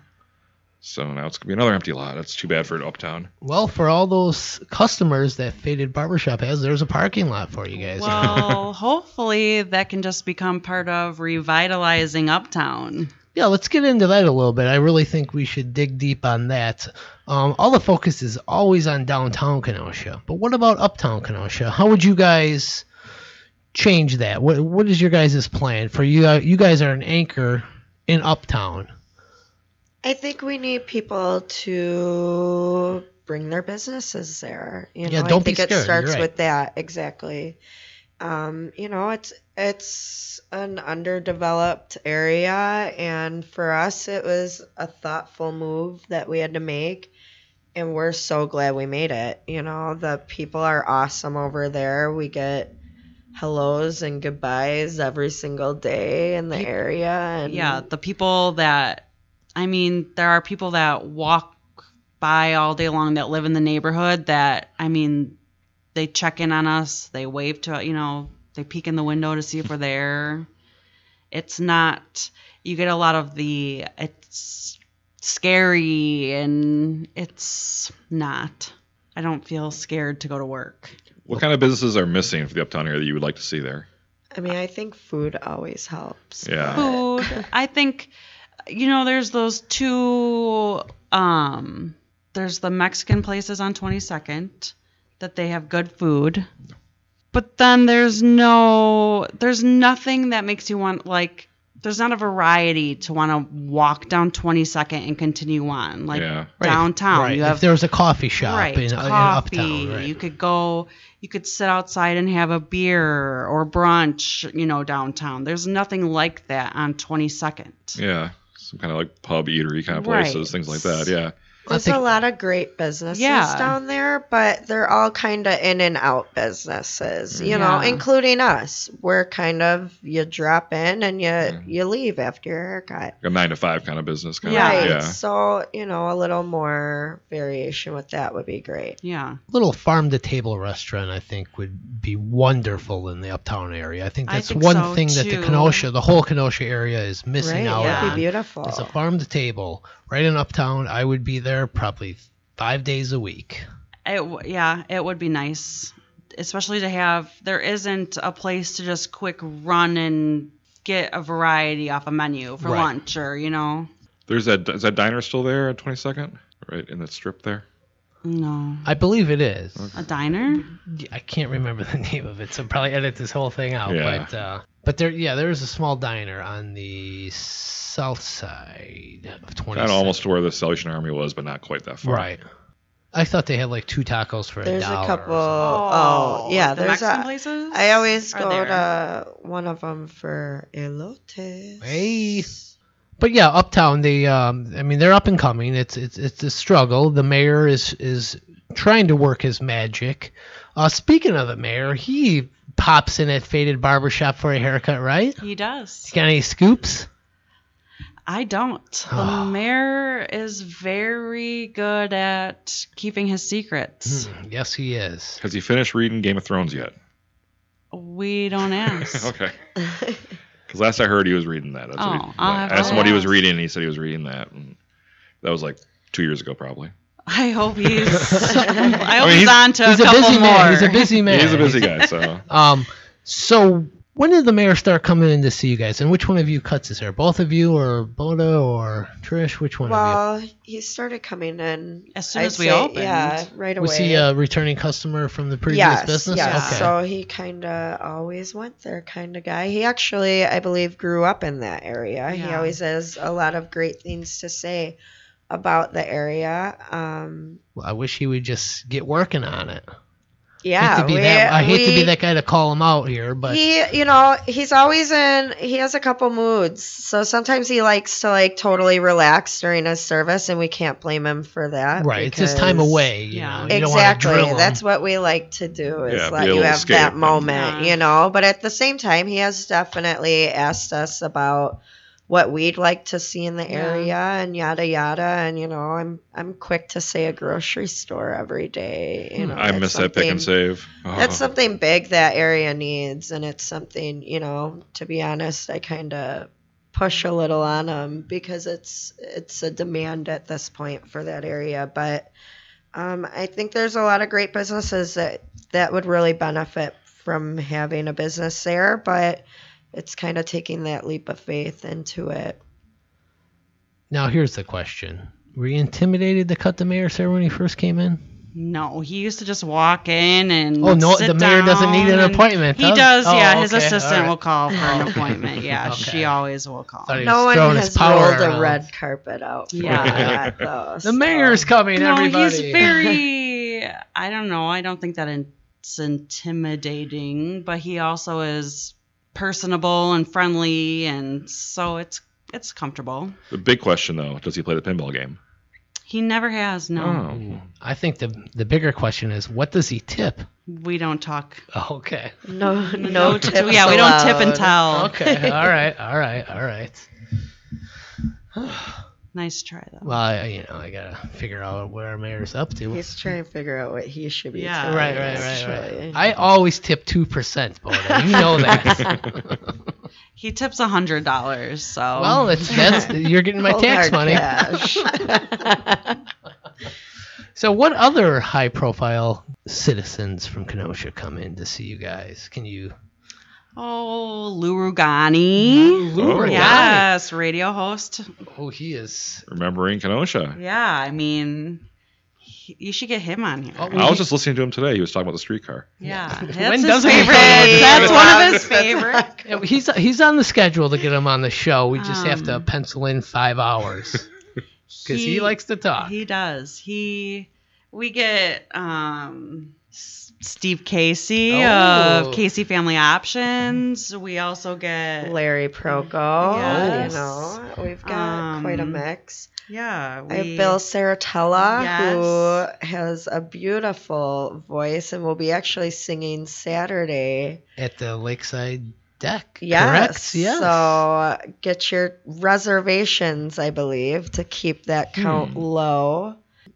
Speaker 2: So now it's gonna be another empty lot. That's too bad for Uptown.
Speaker 1: Well, for all those customers that Faded Barbershop has, there's a parking lot for you guys.
Speaker 4: Well, hopefully that can just become part of revitalizing Uptown.
Speaker 1: Yeah, let's get into that a little bit. I really think we should dig deep on that. Um, all the focus is always on downtown Kenosha, but what about uptown Kenosha? How would you guys change that? What What is your guys' plan for you? Uh, you guys are an anchor in uptown.
Speaker 3: I think we need people to bring their businesses there. You
Speaker 1: Yeah,
Speaker 3: know,
Speaker 1: don't
Speaker 3: I
Speaker 1: be
Speaker 3: think
Speaker 1: scared,
Speaker 3: it starts
Speaker 1: you're right.
Speaker 3: with that exactly. Um, you know, it's it's an underdeveloped area, and for us, it was a thoughtful move that we had to make, and we're so glad we made it. You know, the people are awesome over there. We get hellos and goodbyes every single day in the area, and
Speaker 4: Yeah, the people that I mean, there are people that walk by all day long that live in the neighborhood that I mean, they check in on us, they wave to, you know, they peek in the window to see if we're there. It's not you get a lot of the it's scary and it's not. I don't feel scared to go to work.
Speaker 2: What kind of businesses are missing for the Uptown area that you would like to see there?
Speaker 3: I mean, I think food always helps.
Speaker 2: Yeah.
Speaker 4: food. I think, you know, there's those two. Um, there's the Mexican places on 22nd that they have good food, but then there's no, there's nothing that makes you want like. There's not a variety to want to walk down 22nd and continue on like
Speaker 2: Yeah.
Speaker 1: Right,
Speaker 4: downtown.
Speaker 1: right.
Speaker 4: You have
Speaker 1: if there was a coffee shop
Speaker 4: right,
Speaker 1: in, in
Speaker 4: coffee.
Speaker 1: uptown, right?
Speaker 4: You could go, you could sit outside and have a beer or brunch, you know, downtown. There's nothing like that on 22nd.
Speaker 2: Yeah. Some kind of like pub eatery kind of places,
Speaker 4: Right.
Speaker 2: things like that. Yeah.
Speaker 3: There's
Speaker 1: think-
Speaker 3: a lot of great businesses
Speaker 4: Yeah.
Speaker 3: down there, but they're all kind of in and out businesses, you know,
Speaker 4: Yeah.
Speaker 3: including us. We're kind of you drop in and you you leave after your haircut.
Speaker 2: Like a nine to five kind of business. Kind
Speaker 4: Yeah.
Speaker 2: Of,
Speaker 3: Right.
Speaker 2: yeah.
Speaker 3: So, you know, a little more variation with that would be great.
Speaker 4: Yeah.
Speaker 1: little farm to table restaurant I think would be wonderful in the uptown area. I think
Speaker 4: I
Speaker 1: that's
Speaker 4: think
Speaker 1: one
Speaker 4: so,
Speaker 1: thing that the
Speaker 4: too.
Speaker 1: Kenosha, the whole Kenosha area is
Speaker 3: Right.
Speaker 1: missing out
Speaker 3: That'd
Speaker 1: on.
Speaker 3: be beautiful.
Speaker 1: It's a farm to table right in uptown. I would be there probably 5 days a week.
Speaker 4: It, w- yeah, it would be nice, especially to have. There isn't a place to just quick run and get a variety off a menu for
Speaker 1: Right.
Speaker 4: lunch or you know.
Speaker 2: There's that. Is that diner still there on 22nd? Right in that strip there.
Speaker 4: No,
Speaker 1: I believe it is.
Speaker 4: a diner.
Speaker 1: I can't remember the name of it, so probably edit this whole thing out.
Speaker 2: Yeah.
Speaker 1: But uh, but there, yeah, there is a small diner on the south side of 20.
Speaker 2: Kind of almost to where the Salvation Army was, but not quite that far.
Speaker 1: right. I thought they had like two tacos for
Speaker 3: there's
Speaker 1: a dollar.
Speaker 3: a
Speaker 1: or
Speaker 3: couple.
Speaker 1: something.
Speaker 3: Oh, yeah.
Speaker 4: the
Speaker 3: there's
Speaker 4: Mexican
Speaker 3: a.
Speaker 4: places.
Speaker 3: I always
Speaker 4: are
Speaker 3: go
Speaker 4: there.
Speaker 3: to one of them for elotes.
Speaker 1: Hey. But yeah, Uptown, they um, I mean they're up and coming. It's it's it's a struggle. The mayor is is trying to work his magic. Uh, speaking of the mayor, he pops in at Faded Barbershop for a haircut, right?
Speaker 4: He does.
Speaker 1: Got any scoops?
Speaker 4: I don't. The mayor is very good at keeping his secrets.
Speaker 1: Yes, he is.
Speaker 2: Has he finished reading Game of Thrones yet?
Speaker 1: Hmm.
Speaker 4: We don't ask.
Speaker 2: Okay. Because last I heard, he was reading that. That's what
Speaker 4: Oh,
Speaker 2: he,
Speaker 4: I'll
Speaker 2: I
Speaker 4: have to
Speaker 2: asked him what he was
Speaker 4: ask.
Speaker 2: reading, and he said he was reading that. And that was like two years ago, probably.
Speaker 4: I hope he's. I hope
Speaker 2: mean,
Speaker 4: he's,
Speaker 2: he's-
Speaker 4: on to
Speaker 1: He's
Speaker 4: a
Speaker 1: a
Speaker 4: couple
Speaker 1: busy
Speaker 4: more.
Speaker 1: man. He's a busy man.
Speaker 2: He's a busy guy, so
Speaker 1: Um, so When did the mayor start coming in to see you guys? And which one of you cuts his hair? Both of you, or Boda, or Trish? Which one of
Speaker 3: Well, he started coming in
Speaker 4: As soon
Speaker 3: I'd
Speaker 4: as we
Speaker 3: say,
Speaker 4: opened.
Speaker 3: Yeah, right
Speaker 1: you?
Speaker 3: away.
Speaker 1: Was he a returning customer from the previous
Speaker 3: yes,
Speaker 1: business?
Speaker 3: Yes.
Speaker 1: Okay.
Speaker 3: So he kind of always went there, kind of guy. He actually, I believe, grew up in that area. He
Speaker 4: Yeah.
Speaker 3: always has a lot of great things to say about the area. Um,
Speaker 1: Well, I wish he would just get working on it.
Speaker 3: yeah,
Speaker 1: hate to be
Speaker 3: we-
Speaker 1: that, I hate to be
Speaker 3: we-
Speaker 1: that guy to call him out here, but
Speaker 3: he you know he's always in he has a couple moods so sometimes he likes to like totally relax during his service and we can't blame him for that
Speaker 1: right, it's his time
Speaker 3: because-
Speaker 1: away. You
Speaker 4: Yeah.
Speaker 1: know, you don't want to
Speaker 3: exactly
Speaker 1: drill him.
Speaker 3: that's what we like to do is
Speaker 2: Yeah, be
Speaker 3: let
Speaker 2: able
Speaker 3: you
Speaker 2: to
Speaker 3: have
Speaker 2: escape
Speaker 3: that
Speaker 2: and-
Speaker 3: moment
Speaker 4: Yeah.
Speaker 3: you know but at the same time he has definitely asked us about what we'd like to see in the
Speaker 4: Yeah.
Speaker 3: area and yada yada and you know i'm i'm quick to say a grocery store every day you
Speaker 1: Hmm.
Speaker 3: know
Speaker 2: I
Speaker 3: that's
Speaker 2: miss that pick and
Speaker 3: something-
Speaker 2: save. Oh.
Speaker 3: that's
Speaker 1: Uh-huh.
Speaker 3: something big that area needs, and it's something you know. To be honest, I kind of push a little on them because it's it's a demand at this point for that area. But um, I think there's a lot of great businesses that that would really benefit from having a business there, but it's kind of taking that leap of faith into it.
Speaker 1: Now here's the question: Were you intimidated to cut the mayor's hair when he first came in?
Speaker 4: No, he used to just walk in and.
Speaker 1: Oh no,
Speaker 4: sit
Speaker 1: the mayor doesn't need an
Speaker 4: down and-
Speaker 1: appointment.
Speaker 4: He does,
Speaker 1: Oh,
Speaker 4: yeah. His
Speaker 1: okay,
Speaker 4: assistant
Speaker 1: alright.
Speaker 4: will call for an appointment. Yeah,
Speaker 1: Okay.
Speaker 4: she always will call.
Speaker 1: Sorry. He's
Speaker 3: No one
Speaker 1: throwing his
Speaker 3: has
Speaker 1: power
Speaker 3: rolled
Speaker 1: around.
Speaker 3: a red carpet out. for
Speaker 4: Yeah.
Speaker 3: that, though, so-
Speaker 1: The
Speaker 3: Um,
Speaker 1: mayor's coming,
Speaker 4: no,
Speaker 1: everybody.
Speaker 4: he's very. I don't know. I don't think that it's intimidating, but he also is personable and friendly, and so it's it's comfortable.
Speaker 2: the big question though. Does he play the pinball game?
Speaker 4: He never has. No,
Speaker 2: Oh.
Speaker 1: I think the the bigger question is, what does he tip?
Speaker 4: we don't talk.
Speaker 1: okay.
Speaker 3: no, no,
Speaker 4: t-
Speaker 3: tips
Speaker 4: yeah, we don't tip and tell.
Speaker 3: allowed.
Speaker 1: Okay. all right. All right. All right.
Speaker 4: Nice try though.
Speaker 1: Well, I, you know, I gotta figure out what our mayor's up to.
Speaker 3: He's trying to figure out what he should be.
Speaker 4: Yeah.
Speaker 3: telling
Speaker 1: right, right,
Speaker 3: us,
Speaker 1: right, right.
Speaker 3: surely.
Speaker 1: I always tip two percent, Bona. You know that.
Speaker 4: He tips a hundred dollars. So
Speaker 3: Um,
Speaker 1: well, that's, that's you're getting my
Speaker 3: Cold
Speaker 1: tax
Speaker 3: hard
Speaker 1: money.
Speaker 3: cash.
Speaker 1: So, what other high-profile citizens from Kenosha come in to see you guys? Can you?
Speaker 4: oh, Lou Rugani.
Speaker 1: Lou Rugani.
Speaker 4: Yes, radio host.
Speaker 1: Oh, he is.
Speaker 2: Remembering Kenosha.
Speaker 4: Yeah, I mean, he, you should get him on here.
Speaker 1: Oh,
Speaker 3: Mm-hmm.
Speaker 1: we-
Speaker 2: I was just listening to him today. He was talking about the streetcar.
Speaker 4: yeah, that's
Speaker 1: When
Speaker 4: his
Speaker 1: doesn't he
Speaker 4: favorite.
Speaker 1: come on?
Speaker 4: That's one of his favorite.
Speaker 1: Yeah, He's he's on the schedule to get him on the show. We just have to
Speaker 4: Um,
Speaker 1: pencil in five hours because he, likes to talk.
Speaker 4: He does. He. We get um, S- Steve Casey
Speaker 1: Oh.
Speaker 4: of Casey Family Options. We also get
Speaker 3: Larry Proko.
Speaker 4: Yes.
Speaker 3: You know, we've got quite a
Speaker 4: Um,
Speaker 3: mix.
Speaker 4: yeah. We,
Speaker 3: I have Bill Saratella,
Speaker 4: Yes.
Speaker 3: who has a beautiful voice and will be actually singing Saturday.
Speaker 1: At the lakeside deck.
Speaker 3: Yes.
Speaker 1: Correct? Yes.
Speaker 3: So uh, get your reservations, I believe, to keep that count
Speaker 2: Hmm.
Speaker 3: low.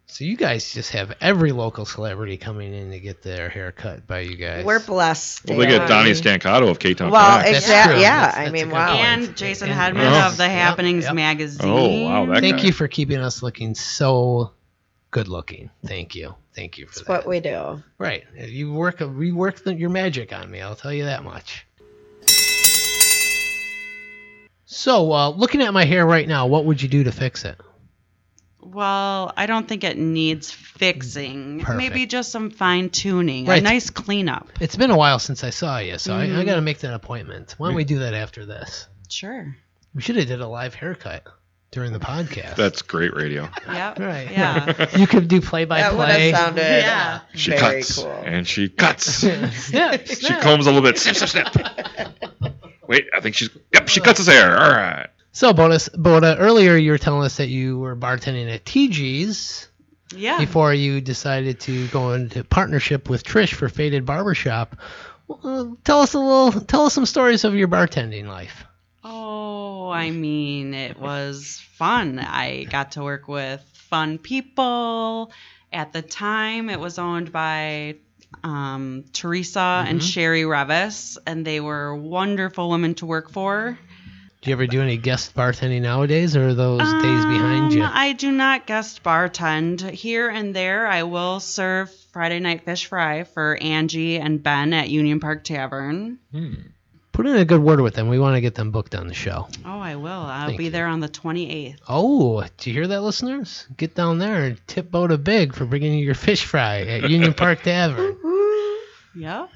Speaker 1: So you guys just have every local celebrity coming in to get their hair cut by you guys.
Speaker 3: We're blessed.
Speaker 2: Well, they
Speaker 3: Dan.
Speaker 2: get Donnie Stancato of K Town.
Speaker 3: Well,
Speaker 2: Connect.
Speaker 1: That's
Speaker 3: exact-
Speaker 1: true.
Speaker 3: yeah,
Speaker 1: That's-
Speaker 3: I
Speaker 1: that's
Speaker 3: mean,
Speaker 1: a good
Speaker 3: wow.
Speaker 1: point.
Speaker 4: and Jason Hedman
Speaker 2: Yes.
Speaker 4: of the
Speaker 1: Yep,
Speaker 4: Happenings
Speaker 1: yep.
Speaker 4: magazine.
Speaker 2: Oh, wow, that
Speaker 1: Thank
Speaker 2: guy.
Speaker 1: you for keeping us looking so good looking. Thank you. Thank you for
Speaker 3: It's
Speaker 1: that.
Speaker 3: what we do.
Speaker 1: Right. You work you work the, your magic on me. I'll tell you that much. So, uh, looking at my hair right now, what would you do to fix it?
Speaker 4: Well, I don't think it needs fixing.
Speaker 1: Perfect.
Speaker 4: Maybe just some fine tuning,
Speaker 1: Right.
Speaker 4: a nice cleanup.
Speaker 1: It's been a while since I saw you, so I, I
Speaker 4: Mhm.
Speaker 1: got to make that appointment. Why don't we do that after this?
Speaker 4: Sure.
Speaker 1: We should have did a live haircut during the podcast.
Speaker 2: That's great radio.
Speaker 4: Yep.
Speaker 1: Right.
Speaker 4: Yeah.
Speaker 1: you could do play by
Speaker 3: That would have
Speaker 1: play.
Speaker 3: sounded
Speaker 4: Yeah.
Speaker 2: She
Speaker 3: very
Speaker 2: cuts
Speaker 3: cool.
Speaker 2: and she cuts.
Speaker 1: Snip,
Speaker 2: She
Speaker 1: snip.
Speaker 2: combs a little bit. Snip, snip, snip. Wait, I think she's. Yep, she cuts his hair. All right.
Speaker 1: So, bonus, Boda, earlier you were telling us that you were bartending at TG's.
Speaker 4: Yeah.
Speaker 1: before you decided to go into partnership with Trish for Faded Barbershop. Well, uh, tell us a little. Tell us some stories of your bartending life.
Speaker 4: Oh, I mean, it was fun. I got to work with fun people. At the time, it was owned by um, Teresa and
Speaker 1: Mhm.
Speaker 4: Sherry Revis, and they were wonderful women to work for.
Speaker 1: Do you ever do any guest bartending nowadays, or are those days behind you?
Speaker 4: Um, I do not guest bartend here and there. I will serve Friday night fish fry for Angie and Ben at Union Park Tavern.
Speaker 1: Put in a good word with them. We want to get them booked on the show.
Speaker 4: Oh, I will. I'll
Speaker 1: Thank
Speaker 4: be
Speaker 1: you.
Speaker 4: there on the 28th.
Speaker 1: Oh, do you hear that, listeners? Get down there and tip Boda big for bringing you your fish fry at Union Park Tavern.
Speaker 4: Yep.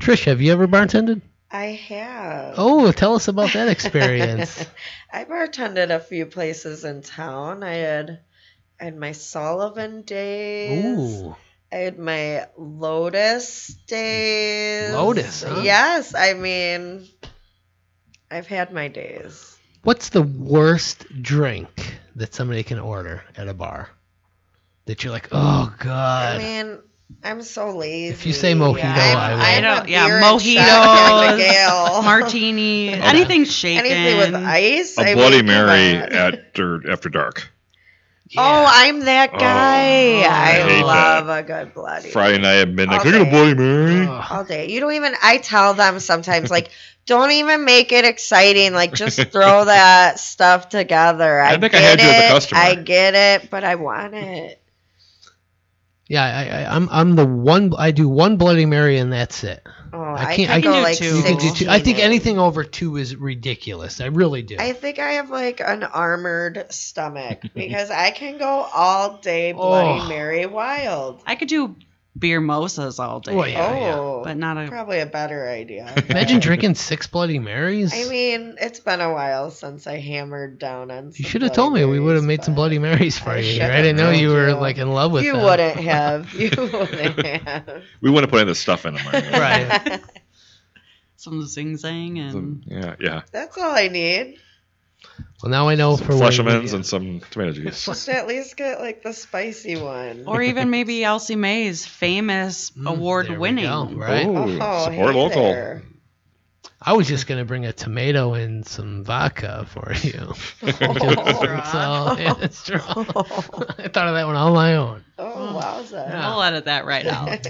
Speaker 1: Trish, have you ever bartended?
Speaker 3: I have.
Speaker 1: Oh, tell us about that experience.
Speaker 3: I bartended a few places in town. I had I had my Sullivan days.
Speaker 1: Ooh,
Speaker 3: I had my Lotus days.
Speaker 1: Lotus, huh?
Speaker 3: Yes, I mean I've had my days.
Speaker 1: what's the worst drink that somebody can order at a bar that you're like, oh
Speaker 3: I
Speaker 1: god?
Speaker 3: mean, I'm so lazy.
Speaker 1: If you say mojito, I will.
Speaker 4: I
Speaker 3: I'm, I'm
Speaker 4: don't.
Speaker 3: a
Speaker 4: Yeah,
Speaker 3: beer and shotgun gal.
Speaker 4: mojitos, martinis, anything shaken.
Speaker 3: Anything with ice.
Speaker 2: A
Speaker 3: I
Speaker 2: Bloody
Speaker 3: mean, come
Speaker 2: Mary
Speaker 3: on.
Speaker 2: after after dark.
Speaker 3: Oh,
Speaker 1: Yeah.
Speaker 3: I'm that
Speaker 2: Oh,
Speaker 3: guy.
Speaker 4: I
Speaker 3: I,
Speaker 2: hate
Speaker 3: love a good bloody.
Speaker 2: Friday night at midnight. Can I get
Speaker 3: Okay. Oh.
Speaker 2: a Bloody Mary?
Speaker 1: Ugh.
Speaker 3: all day. You don't even. I tell them sometimes, like, don't even make it exciting. Like, just throw that stuff together. I,
Speaker 2: I think I had
Speaker 3: get it.
Speaker 2: you as a customer.
Speaker 3: I get it, but I want it.
Speaker 1: Yeah, I, I, I'm I'm the one. I do one Bloody Mary and that's it.
Speaker 3: Oh,
Speaker 1: I
Speaker 3: I,
Speaker 1: can't-
Speaker 3: could
Speaker 1: I
Speaker 3: go
Speaker 4: can do
Speaker 3: like
Speaker 4: two.
Speaker 1: You can do
Speaker 3: 16
Speaker 1: two. I think
Speaker 3: in.
Speaker 1: anything over two is ridiculous. I really do.
Speaker 3: I think I have like an armored stomach because I can go all day Bloody
Speaker 1: Oh.
Speaker 3: Mary wild.
Speaker 4: I could do beer mosas all day,
Speaker 1: Oh, yeah, yeah.
Speaker 3: oh,
Speaker 4: but not a.
Speaker 3: probably a better idea.
Speaker 1: Imagine drinking six Bloody Marys.
Speaker 3: I mean, it's been a while since I hammered down on.
Speaker 1: you
Speaker 3: some
Speaker 1: should have told me.
Speaker 3: Bloody
Speaker 1: We would have
Speaker 3: Marys,
Speaker 1: made some
Speaker 3: but-
Speaker 1: Bloody Marys for
Speaker 3: I
Speaker 1: you.
Speaker 3: should
Speaker 1: Here. I didn't
Speaker 3: have
Speaker 1: know you
Speaker 3: told
Speaker 1: were
Speaker 3: you.
Speaker 1: like in love with
Speaker 3: you
Speaker 1: them.
Speaker 3: wouldn't have. You wouldn't have.
Speaker 2: We want to put in the stuff in them. Right.
Speaker 1: Right.
Speaker 4: some zing zang
Speaker 2: Some-
Speaker 4: and
Speaker 2: yeah, yeah.
Speaker 3: That's all I need.
Speaker 1: Well, now I know
Speaker 2: Some
Speaker 1: for when we-
Speaker 2: Fleshermans and some tomato juice.
Speaker 3: Just at least get like the spicy one.
Speaker 4: or even maybe Elsie May's famous
Speaker 1: Mm,
Speaker 4: award
Speaker 1: there we
Speaker 4: winning.
Speaker 1: go, right?
Speaker 2: Ooh,
Speaker 3: oh,
Speaker 2: support
Speaker 3: hey
Speaker 2: local.
Speaker 3: there.
Speaker 1: I was just gonna bring a tomato and some vodka for you.
Speaker 3: Oh,
Speaker 1: So, yeah, that's true.
Speaker 4: Oh.
Speaker 1: I thought of that one on my own.
Speaker 3: oh wowza.
Speaker 1: Yeah.
Speaker 4: I'll edit that right out.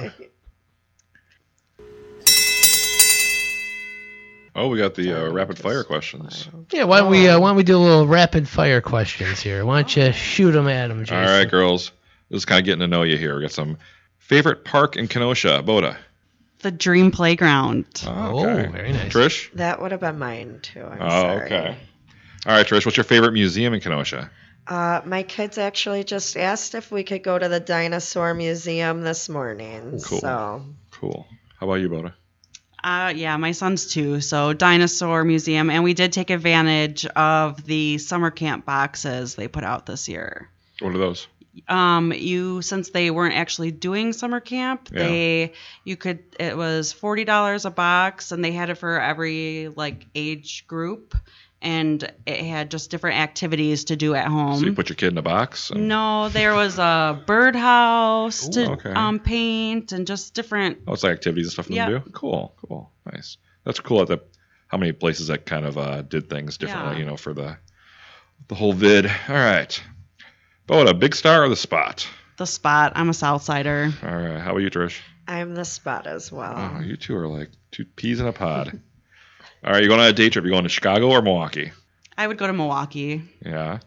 Speaker 2: Oh, we got the uh, rapid fire questions.
Speaker 1: Yeah, why don't
Speaker 4: Oh.
Speaker 1: we uh, why don't we do a little rapid fire questions here? Why don't you shoot them at him, Jason?
Speaker 2: All right, girls. This is kind of getting to know you here. We got some favorite park in Kenosha, Boda.
Speaker 4: the Dream Playground.
Speaker 1: Oh, very nice.
Speaker 2: Trish.
Speaker 3: that would have been mine too. I'm
Speaker 2: Oh,
Speaker 3: sorry.
Speaker 2: okay. All right, Trish. What's your favorite museum in Kenosha?
Speaker 3: Uh, my kids actually just asked if we could go to the dinosaur museum this morning.
Speaker 2: Cool.
Speaker 3: So
Speaker 2: Cool. How about you, Boda?
Speaker 4: Uh, yeah, my son's too. So dinosaur museum, and we did take advantage of the summer camp boxes they put out this year.
Speaker 2: What are those?
Speaker 4: Um, you since they weren't actually doing summer camp,
Speaker 2: Yeah.
Speaker 4: they you could it was forty dollars a box, and they had it for every like age group, and it had just different activities to do at home.
Speaker 2: So you put your kid in a box? and-
Speaker 4: Um, no, there was a birdhouse to
Speaker 2: Ooh, okay.
Speaker 4: um, paint and just different.
Speaker 2: Oh, it's like activities and stuff for them
Speaker 4: Yeah.
Speaker 2: to do. Cool, cool, nice. That's cool. That how many places that kind of uh, did things differently,
Speaker 4: Yeah.
Speaker 2: you know, for the the whole vid. All right. Boda, big star or the spot?
Speaker 4: The spot. I'm a Southsider.
Speaker 2: All right. How about you, Trish?
Speaker 3: I'm the spot as well.
Speaker 2: Oh, you two are like two peas in a pod. All right, you going on a day trip? You going to Chicago or Milwaukee?
Speaker 4: I would go to Milwaukee.
Speaker 2: Yeah.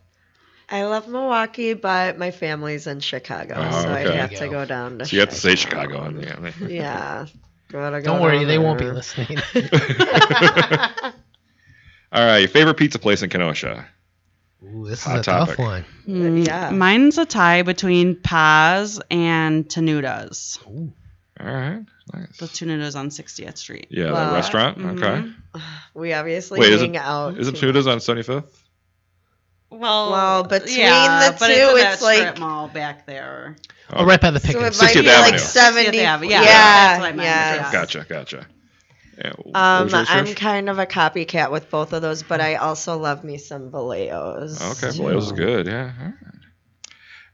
Speaker 3: I love Milwaukee, but my family's in Chicago,
Speaker 2: Oh,
Speaker 3: so I'd
Speaker 2: okay.
Speaker 3: have to go down to.
Speaker 2: So you have to say Chicago. in the end.
Speaker 3: Yeah. Gotta go
Speaker 1: Don't worry, they won't be
Speaker 3: down
Speaker 1: listening.
Speaker 2: All right, your favorite pizza place in Kenosha?
Speaker 1: Ooh, this
Speaker 2: Hot
Speaker 1: is a
Speaker 2: topic.
Speaker 1: tough one.
Speaker 4: Mm,
Speaker 3: Yeah.
Speaker 4: Mine's a tie between Paz and Tanuda's.
Speaker 2: All right,
Speaker 4: The
Speaker 2: nice.
Speaker 4: Tanuda's on 60th Street.
Speaker 2: Yeah, that
Speaker 3: Well, mm-hmm.
Speaker 2: restaurant. Okay.
Speaker 4: mhm.
Speaker 3: there. We obviously
Speaker 2: Wait, is
Speaker 3: hang
Speaker 2: it-
Speaker 3: out.
Speaker 2: Is it
Speaker 3: too
Speaker 2: Tuda's on 75th?
Speaker 4: Well,
Speaker 3: Well, between the
Speaker 4: but
Speaker 3: two,
Speaker 4: in that strip
Speaker 3: it's like-
Speaker 4: mall back there.
Speaker 1: Oh, right by the
Speaker 3: So
Speaker 1: pickets.
Speaker 3: it might
Speaker 2: 60th
Speaker 3: be
Speaker 2: Avenue.
Speaker 3: like 70.
Speaker 4: 60th Avenue, yeah,
Speaker 3: Yeah,
Speaker 4: that's what I meant,
Speaker 3: yes.
Speaker 4: yeah.
Speaker 2: Oh, Gotcha, gotcha. Yeah, what
Speaker 3: Um,
Speaker 2: was yours,
Speaker 3: I'm
Speaker 2: Trish?
Speaker 3: kind of a copycat with both of those, but I also love me some Vallejos.
Speaker 2: Okay, well, it was good. Yeah.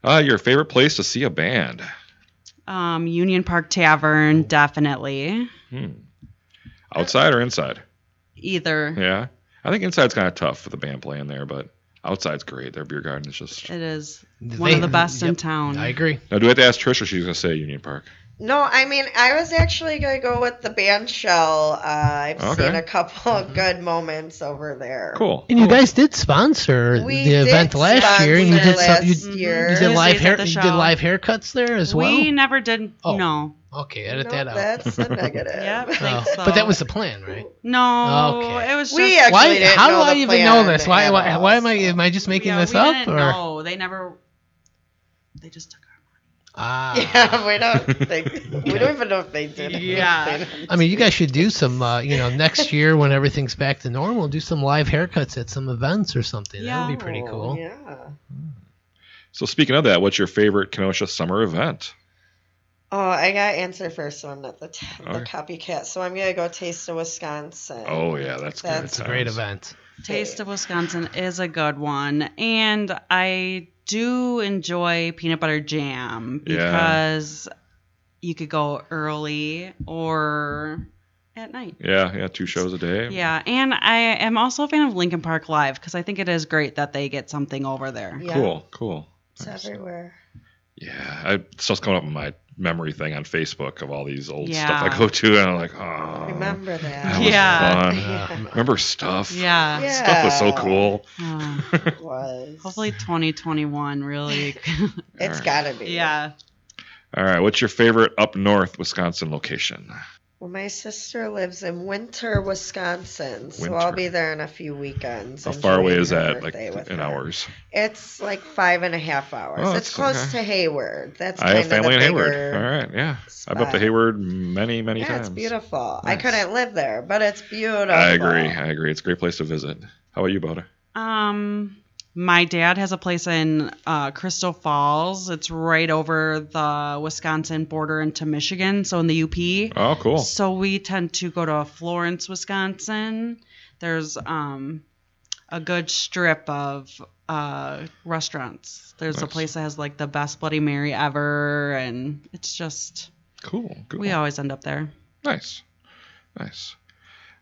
Speaker 2: all right. Uh, your favorite place to see a band?
Speaker 4: Um, Union Park Tavern, definitely.
Speaker 2: Hmm. Outside or inside?
Speaker 4: Either.
Speaker 2: Yeah. I think inside's kind of tough with the band playing there, but outside's great. Their beer garden is just.
Speaker 4: It is
Speaker 1: They-
Speaker 4: one of the best in
Speaker 1: yep,
Speaker 4: town.
Speaker 1: I agree.
Speaker 2: Now, do I have to ask Trish or she's going to say Union Park?
Speaker 3: No, I mean, I was actually going to go with the band shell. Uh, I've
Speaker 2: Okay.
Speaker 3: seen a couple
Speaker 4: Mm-hmm.
Speaker 3: of good moments over there.
Speaker 2: Cool.
Speaker 1: And you guys did sponsor
Speaker 3: We
Speaker 1: the
Speaker 3: did
Speaker 1: event last year, and you
Speaker 3: sponsor
Speaker 1: did some,
Speaker 3: last
Speaker 1: you,
Speaker 4: Mhm.
Speaker 1: you
Speaker 3: year.
Speaker 1: did live
Speaker 4: Tuesdays at
Speaker 1: hair,
Speaker 4: the
Speaker 1: you did
Speaker 4: shop.
Speaker 1: live haircuts there as well.
Speaker 4: We never did.
Speaker 1: Oh.
Speaker 4: No.
Speaker 1: Okay, edit
Speaker 3: No,
Speaker 1: that out.
Speaker 3: That's a negative.
Speaker 4: Yep.
Speaker 1: Oh,
Speaker 4: think so.
Speaker 1: But that was the plan, right?
Speaker 4: No,
Speaker 1: Okay.
Speaker 4: it was just.
Speaker 3: We actually
Speaker 1: Why?
Speaker 3: didn't
Speaker 1: How do
Speaker 3: know
Speaker 1: I
Speaker 3: the
Speaker 1: even know
Speaker 3: plan
Speaker 1: this? Why?
Speaker 3: at
Speaker 1: Why,
Speaker 3: all,
Speaker 1: why am I?
Speaker 3: so-
Speaker 1: Am I just making
Speaker 4: yeah,
Speaker 1: this
Speaker 4: we
Speaker 1: up?
Speaker 4: Didn't
Speaker 1: Or
Speaker 4: know. they never. They just took our.
Speaker 1: ah,
Speaker 3: Yeah, we don't think we don't even know if they did. it.
Speaker 4: Yeah.
Speaker 1: I mean, you guys should do some. Uh, you know, next year when everything's back to normal, do some live haircuts at some events or something. that would be pretty
Speaker 3: Oh,
Speaker 1: cool.
Speaker 3: Yeah.
Speaker 2: So speaking of that, what's your favorite Kenosha summer event?
Speaker 3: Oh, I got answer first one at the t- the
Speaker 2: Okay.
Speaker 3: copycat. So I'm gonna go taste of Wisconsin.
Speaker 2: Oh yeah, that's, good.
Speaker 3: That's
Speaker 1: It's a great
Speaker 2: times.
Speaker 1: event.
Speaker 4: Taste of Wisconsin is a good one. And I do enjoy peanut butter jam
Speaker 2: Yeah.
Speaker 4: because you could go early or at night.
Speaker 2: Yeah, yeah, two shows a day.
Speaker 4: Yeah, and I am also a fan of Lincoln Park Live because I think it is great that they get something over there.
Speaker 3: Yeah,
Speaker 2: Cool, cool.
Speaker 3: It's everywhere.
Speaker 2: Yeah, I it's just coming up in my memory thing on Facebook of all these old stuff
Speaker 4: Yeah.
Speaker 2: I go to, and I'm like, oh,
Speaker 3: Remember
Speaker 2: that
Speaker 3: that?
Speaker 2: was
Speaker 4: Yeah.
Speaker 2: fun.
Speaker 1: Yeah.
Speaker 2: Remember stuff?
Speaker 4: Yeah.
Speaker 3: Yeah.
Speaker 2: Stuff was so cool.
Speaker 4: Oh,
Speaker 3: It was.
Speaker 4: hopefully 2021 really.
Speaker 3: it's
Speaker 2: Alright.
Speaker 3: gotta be.
Speaker 4: yeah.
Speaker 2: All right, what's your favorite up north Wisconsin location?
Speaker 3: Well, my sister lives in Winter, Wisconsin, so I'll
Speaker 2: Winter.
Speaker 3: be there in a few weekends.
Speaker 2: How
Speaker 3: and
Speaker 2: far away
Speaker 3: join
Speaker 2: is
Speaker 3: her
Speaker 2: that? Like
Speaker 3: birthday with
Speaker 2: in
Speaker 3: her.
Speaker 2: hours?
Speaker 3: It's like five and a half hours.
Speaker 2: Oh,
Speaker 3: it's
Speaker 2: that's
Speaker 3: close
Speaker 2: okay.
Speaker 3: to Hayward. That's
Speaker 2: I have
Speaker 3: kind of the
Speaker 2: family in Hayward.
Speaker 3: bigger-
Speaker 2: All right, yeah, I've been
Speaker 3: spot.
Speaker 2: to Hayward many, many
Speaker 3: Yeah,
Speaker 2: times.
Speaker 3: it's beautiful. I
Speaker 2: Nice.
Speaker 3: couldn't live there, but it's beautiful.
Speaker 2: I agree. I agree. It's a great place to visit. How about you, Boda?
Speaker 4: Um, my dad has a place in uh, Crystal Falls. It's right over the Wisconsin border into Michigan, so in the UP.
Speaker 2: Oh, cool.
Speaker 4: So we tend to go to Florence, Wisconsin. There's um a good strip of uh restaurants. There's a
Speaker 2: Nice.
Speaker 4: place that has like the best Bloody Mary ever, and it's just
Speaker 2: Cool. Cool.
Speaker 4: we always end up there.
Speaker 2: Nice. Nice.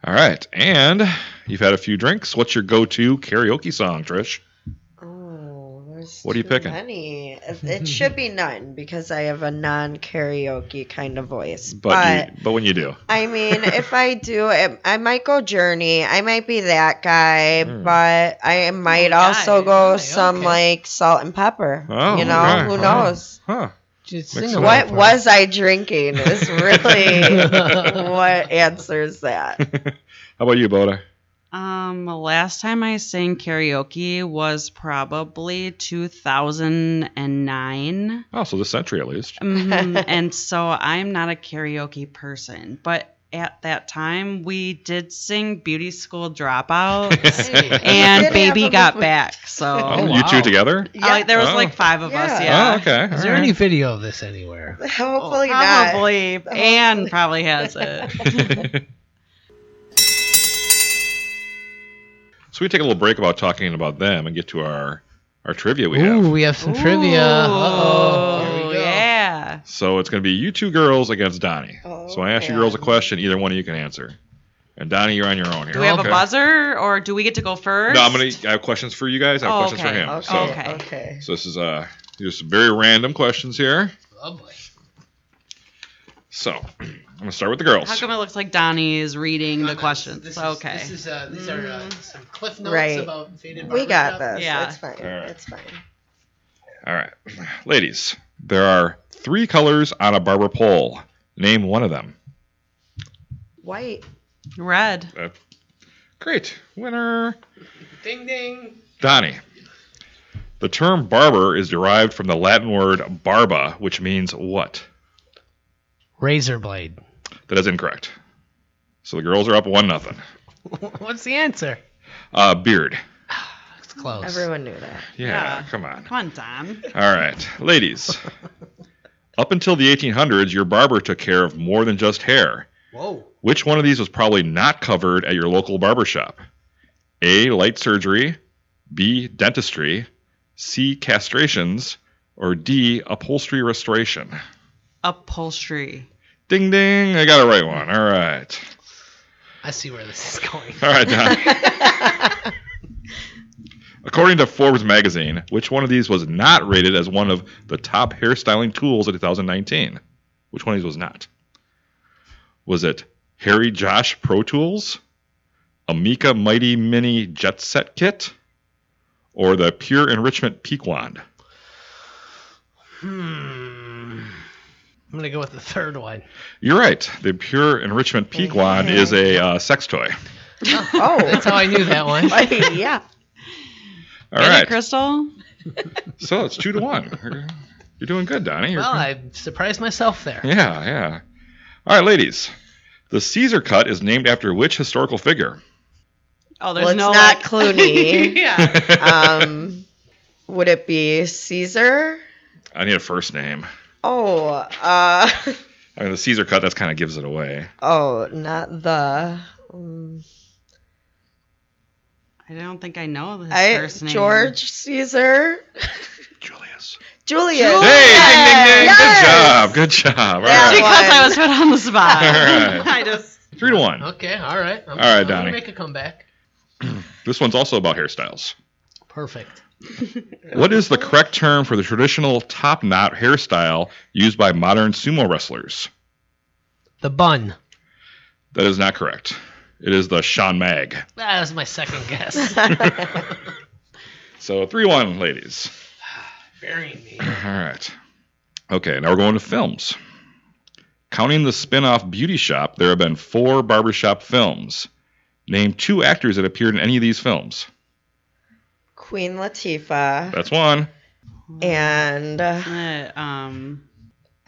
Speaker 2: All right. And you've had a few drinks. What's your go to karaoke song, Trish?
Speaker 3: Oh, there's
Speaker 2: What are you
Speaker 3: too
Speaker 2: picking?
Speaker 3: Many. It it should be none because I have a non karaoke kind of voice.
Speaker 2: But you, but when you do.
Speaker 3: I mean, if I do, it, I might go Journey. I might be that guy,
Speaker 2: Hmm.
Speaker 3: but I might
Speaker 4: Oh,
Speaker 3: also
Speaker 4: guy.
Speaker 3: go
Speaker 1: Really?
Speaker 3: some
Speaker 1: Okay.
Speaker 3: like salt and pepper.
Speaker 2: Oh,
Speaker 3: you know,
Speaker 2: okay.
Speaker 3: who
Speaker 2: All right.
Speaker 3: knows?
Speaker 2: Huh.
Speaker 1: Just
Speaker 2: Mix
Speaker 1: sing
Speaker 2: it
Speaker 1: along
Speaker 2: up.
Speaker 3: What
Speaker 1: for us.
Speaker 3: was I drinking is really what answers that.
Speaker 2: How about you, Boda?
Speaker 4: Um, last time I sang karaoke was probably 2009.
Speaker 2: Oh, so this century at least.
Speaker 4: Mhm. and so I'm not a karaoke person, but at that time we did sing Beauty School Dropouts
Speaker 3: Did
Speaker 4: and
Speaker 3: have
Speaker 4: Baby
Speaker 3: a
Speaker 4: Got
Speaker 3: movement.
Speaker 4: Back.
Speaker 2: Oh,
Speaker 4: So
Speaker 1: Oh,
Speaker 2: you two
Speaker 1: wow.
Speaker 2: together?
Speaker 3: Yeah.
Speaker 4: I- there was
Speaker 2: Oh.
Speaker 4: like five of us.
Speaker 3: Yeah.
Speaker 4: Yeah. Oh.
Speaker 2: Oh, okay.
Speaker 1: Is there any video of this anywhere?
Speaker 3: Hopefully not.
Speaker 4: Probably.
Speaker 3: Hopefully.
Speaker 4: Anne probably has it.
Speaker 2: any? so we take a little break about talking about them and get to our, our trivia we have.
Speaker 1: Ooh, we have some trivia. Uh-oh. Here
Speaker 4: Ooh,
Speaker 1: we go.
Speaker 4: yeah.
Speaker 2: So it's going to be you two girls against Donnie.
Speaker 3: Oh,
Speaker 2: so I ask you
Speaker 3: man.
Speaker 2: girls a question. Either one of you can answer. And Donnie, you're on your own here.
Speaker 4: Do we have
Speaker 1: Okay.
Speaker 4: a buzzer or do we get to go first?
Speaker 2: No, I'm gonna. I have questions for you guys. I have
Speaker 4: Oh,
Speaker 2: questions
Speaker 4: okay.
Speaker 2: for him. So,
Speaker 3: Okay.
Speaker 4: Okay.
Speaker 3: Okay.
Speaker 2: so this is uh, just some very random questions here.
Speaker 1: Lovely.
Speaker 2: So, I'm gonna start with the girls.
Speaker 4: How come it looks like Donnie is reading the
Speaker 1: Comments.
Speaker 4: questions?
Speaker 1: Uh, This is-
Speaker 4: okay. Mm-hmm.
Speaker 1: This is, uh, these are uh, some cliff notes
Speaker 3: Right.
Speaker 1: about faded
Speaker 3: We got
Speaker 1: barbershop.
Speaker 3: this.
Speaker 4: Yeah.
Speaker 3: It's fine.
Speaker 2: Alright.
Speaker 3: It's fine.
Speaker 2: All right, ladies. There are three colors on a barber pole. Name one of them.
Speaker 3: White.
Speaker 4: Red.
Speaker 2: Uh, great winner,
Speaker 1: Ding ding.
Speaker 2: Donnie. The term barber is derived from the Latin word barba, which means what?
Speaker 1: Razor blade.
Speaker 2: That is incorrect. So the girls are up one nothing.
Speaker 1: What's the answer?
Speaker 2: Uh, beard.
Speaker 1: It's close.
Speaker 3: Everyone knew that.
Speaker 2: yeah.
Speaker 4: Yeah.
Speaker 2: come on.
Speaker 4: Come on, Don.
Speaker 2: All right, ladies. Up until the 1800s, your barber took care of more than just hair.
Speaker 1: Whoa.
Speaker 2: Which one of these was probably not covered at your local barber shop? A. Light surgery, B. Dentistry, C. Castrations, or D. Upholstery restoration.
Speaker 4: Upholstery.
Speaker 2: Ding ding! I got a right one. All right.
Speaker 1: I see where this is going.
Speaker 2: All right, Don. According to Forbes magazine, which one of these was not rated as one of the top hairstyling tools of 2019? Which one of these was not? Was it Harry Josh Pro Tools, Amica Mighty Mini Jet Set Kit, or the Pure Enrichment Peak Wand?
Speaker 1: Hmm. I'm gonna go with the third one.
Speaker 2: You're right. The Pure Enrichment Peak Wand is a uh, sex toy.
Speaker 3: Oh,
Speaker 1: That's how I knew that one.
Speaker 3: yeah.
Speaker 2: All
Speaker 4: Any
Speaker 2: right.
Speaker 4: crystal?
Speaker 2: So it's two to one. You're doing good, Donnie. You're-
Speaker 1: Well, I surprised myself there.
Speaker 2: Yeah, yeah. All right, ladies. The Caesar cut is named after which historical figure?
Speaker 4: Oh, there's
Speaker 3: Well, it's
Speaker 4: no
Speaker 3: not
Speaker 4: like-
Speaker 3: Clooney.
Speaker 4: yeah.
Speaker 3: Um, would it be Caesar?
Speaker 2: I need a first name.
Speaker 3: Oh, uh,
Speaker 2: I mean, the Caesar cut, that's kind of gives it away.
Speaker 3: oh, not the. um,
Speaker 4: I don't think I know his
Speaker 3: I,
Speaker 4: first name.
Speaker 3: George Caesar.
Speaker 2: Julius.
Speaker 3: Julius.
Speaker 2: Hey,
Speaker 3: Yes!
Speaker 2: ding, ding, ding. Good job. Good job. All
Speaker 3: Yeah.
Speaker 2: right.
Speaker 4: Because I was put on the spot.
Speaker 2: All right.
Speaker 4: I just
Speaker 2: Three to one.
Speaker 1: Okay, all right. I'm,
Speaker 2: All right,
Speaker 1: I'm gonna
Speaker 2: Donnie.
Speaker 1: Make a comeback.
Speaker 2: This one's also about hairstyles.
Speaker 1: Perfect.
Speaker 2: What is the correct term for the traditional top knot hairstyle used by modern sumo wrestlers?
Speaker 1: The bun.
Speaker 2: That is not correct. It is the Sean Mag.
Speaker 1: Ah, That was my second guess.
Speaker 2: So 3 1, ladies.
Speaker 1: Bury me.
Speaker 2: All right. Okay, now we're going to films. Counting the spin off Beauty Shop, there have been four barbershop films. Name two actors that appeared in any of these films.
Speaker 3: Queen Latifah.
Speaker 2: That's one.
Speaker 3: And uh,
Speaker 4: uh, um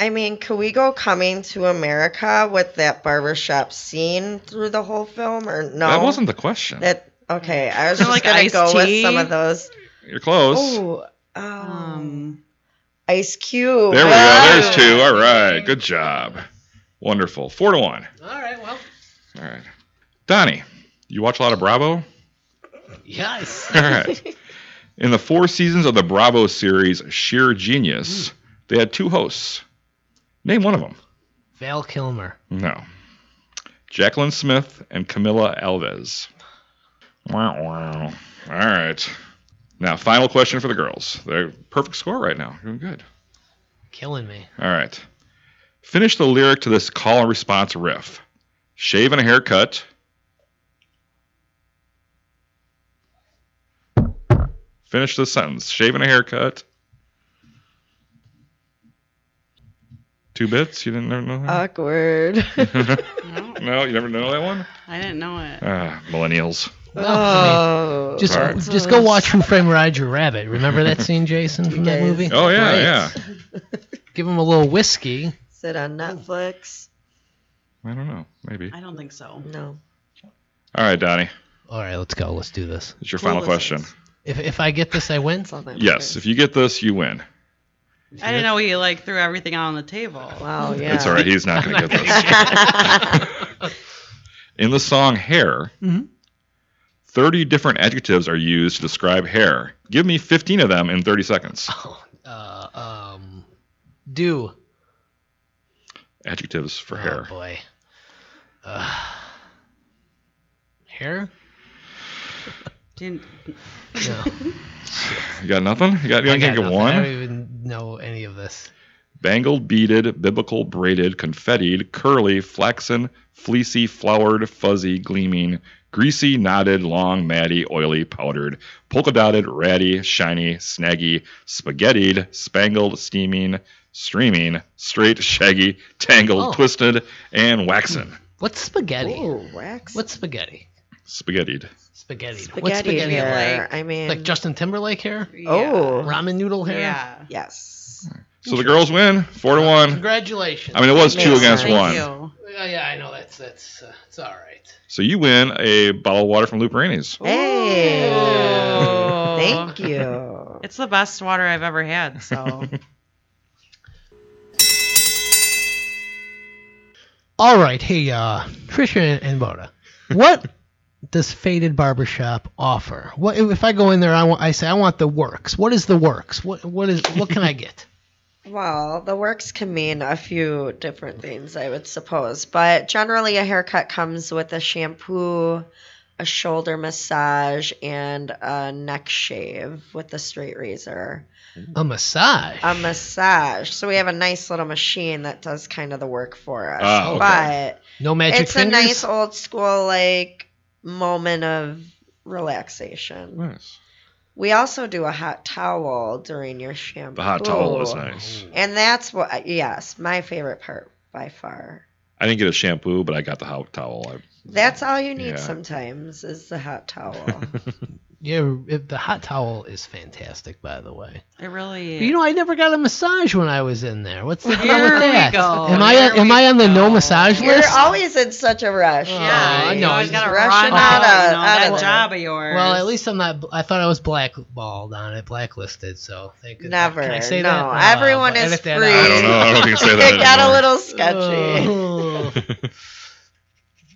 Speaker 3: I mean, can we go coming to America with that barbershop scene through the whole film or no?
Speaker 2: That wasn't the question.
Speaker 3: That okay. I
Speaker 4: Is
Speaker 3: was
Speaker 4: it like
Speaker 3: just gonna go with
Speaker 4: Ice-T?
Speaker 3: some of those.
Speaker 2: You're close.
Speaker 3: Oh, um,
Speaker 4: um
Speaker 3: Ice Cube.
Speaker 2: There we
Speaker 3: Ah.
Speaker 2: go. There's two. All right. Good job. Wonderful. Four to one.
Speaker 1: All right, well.
Speaker 2: All right. Donnie, you watch a lot of Bravo?
Speaker 1: Yes.
Speaker 2: All right. In the four seasons of the Bravo series, Sheer Genius, they had two hosts. Name one of them.
Speaker 1: Val Kilmer.
Speaker 2: No. Jacqueline Smith and Camilla Alves. Wow, wow. All right. Now, final question for the girls. They're perfect score right now. Doing good.
Speaker 1: Killing me.
Speaker 2: All right. Finish the lyric to this call and response riff. Shave and a haircut. Finish the sentence. Shave and a haircut. Two bits? You didn't never know that?
Speaker 3: Awkward.
Speaker 4: no,
Speaker 2: no, you never know that one?
Speaker 4: I didn't know it.
Speaker 2: Ah, millennials.
Speaker 1: Well, I mean,
Speaker 3: oh,
Speaker 1: just,
Speaker 2: All right.
Speaker 1: just go watch Who Framed Roger Rabbit. Remember that scene, Jason, from that
Speaker 3: Yes.
Speaker 1: movie?
Speaker 2: Oh, yeah,
Speaker 3: Right.
Speaker 2: yeah.
Speaker 1: Give him a little whiskey.
Speaker 3: Is it on Netflix?
Speaker 2: I don't know. Maybe.
Speaker 4: I don't think so.
Speaker 3: No.
Speaker 2: All right, Donnie.
Speaker 1: All right, let's go. Let's do this.
Speaker 2: It's your final
Speaker 3: Clueless
Speaker 2: question.
Speaker 3: is-
Speaker 1: If, if I get this, I win.
Speaker 3: it's on that
Speaker 2: Yes.
Speaker 3: one.
Speaker 2: If you get this, you win.
Speaker 4: I didn't know he like threw everything out on the table.
Speaker 3: Wow. Yeah.
Speaker 2: It's all right. He's not going to get this. In the song Hair,
Speaker 1: Mhm.
Speaker 2: 30 different adjectives are used to describe hair. Give me 15 of them in 30 seconds.
Speaker 1: Oh. Uh, um, do.
Speaker 2: Adjectives for
Speaker 1: Oh,
Speaker 2: hair.
Speaker 1: boy. Uh, hair?
Speaker 4: Didn't,
Speaker 1: No.
Speaker 2: You got nothing? You got you
Speaker 1: I got
Speaker 2: can't get
Speaker 1: nothing. I don't
Speaker 2: one?
Speaker 1: even know any of this.
Speaker 2: Bangled, beaded, biblical, braided, confettied, curly, flaxen, fleecy, flowered, fuzzy, gleaming, greasy, knotted, long, matty, oily, powdered, polka dotted, ratty, shiny, snaggy, spaghettied, spangled, steaming, streaming, straight, shaggy, tangled,
Speaker 1: Oh.
Speaker 2: twisted, and waxen.
Speaker 1: What's spaghetti?
Speaker 3: Ooh, wax.
Speaker 1: What's spaghetti?
Speaker 2: Spaghettied.
Speaker 1: Spaghetti. What's
Speaker 3: spaghetti,
Speaker 1: spaghetti
Speaker 3: hair?
Speaker 1: like?
Speaker 4: like?
Speaker 3: I mean,
Speaker 1: Like Justin Timberlake hair?
Speaker 3: oh,
Speaker 1: Ramen noodle hair?
Speaker 4: yeah.
Speaker 3: yes.
Speaker 2: So the girls win four to one.
Speaker 1: Congratulations.
Speaker 2: Um,
Speaker 1: Oh,
Speaker 2: I mean, it was two
Speaker 3: Makes
Speaker 2: against
Speaker 3: sense.
Speaker 2: one.
Speaker 4: you.
Speaker 1: Yeah, yeah, I know. That's that's uh, it's all right.
Speaker 2: So you win a bottle of water from Luperini's.
Speaker 3: Hey.
Speaker 4: Ooh.
Speaker 3: Thank you.
Speaker 4: It's the best water I've ever had. So
Speaker 1: All right, hey, uh, Trisha and, and Boda, what does Faded Barbershop offer? What if I go in there? I want. I say I want the works. What is the works? What what is what can I get?
Speaker 3: Well, the works can mean a few different things, I would suppose. But generally, a haircut comes with a shampoo, a shoulder massage, and a neck shave with a straight razor.
Speaker 1: A massage.
Speaker 3: A massage. So we have a nice little machine that does kind of the work for us.
Speaker 2: Ah, okay.
Speaker 3: But
Speaker 1: no magic
Speaker 3: it's
Speaker 1: fingers.
Speaker 3: a nice old school, like, moment of relaxation.
Speaker 2: Nice.
Speaker 3: We also do a hot towel during your shampoo.
Speaker 2: The hot towel
Speaker 3: Oh.
Speaker 2: is nice.
Speaker 3: And that's what, yes, my favorite part by far.
Speaker 2: I didn't get a shampoo, but I got the hot towel. I,
Speaker 3: That's all you need
Speaker 2: Yeah.
Speaker 3: sometimes is the hot towel.
Speaker 1: Yeah, it, the hot towel is fantastic, by the way.
Speaker 4: It really is.
Speaker 1: You know, I never got a massage when I was in there. What's the deal
Speaker 4: Here
Speaker 1: with
Speaker 4: we
Speaker 1: that?
Speaker 4: go.
Speaker 1: Am I
Speaker 4: Here
Speaker 1: am
Speaker 4: we
Speaker 1: I on the no
Speaker 4: go.
Speaker 1: massage
Speaker 3: You're
Speaker 1: list?
Speaker 3: always in such a rush.
Speaker 1: Yeah,
Speaker 2: Oh,
Speaker 4: yeah,
Speaker 1: Oh, I
Speaker 4: you
Speaker 1: know,
Speaker 4: always
Speaker 1: he's
Speaker 4: got to
Speaker 3: rushing
Speaker 4: run
Speaker 3: out
Speaker 4: out,
Speaker 3: of-
Speaker 4: of,
Speaker 3: out
Speaker 4: that
Speaker 3: of-
Speaker 4: job of yours.
Speaker 1: well, at least I'm not. I thought I was blackballed on it, blacklisted. So thank goodness.
Speaker 3: Never.
Speaker 1: Can I say
Speaker 3: no,
Speaker 1: that? No,
Speaker 3: everyone
Speaker 1: but
Speaker 3: is
Speaker 1: edit
Speaker 3: free.
Speaker 1: that
Speaker 2: I don't know. I don't think you can say that
Speaker 3: it got a
Speaker 2: anymore.
Speaker 3: little sketchy.
Speaker 1: out. Oh.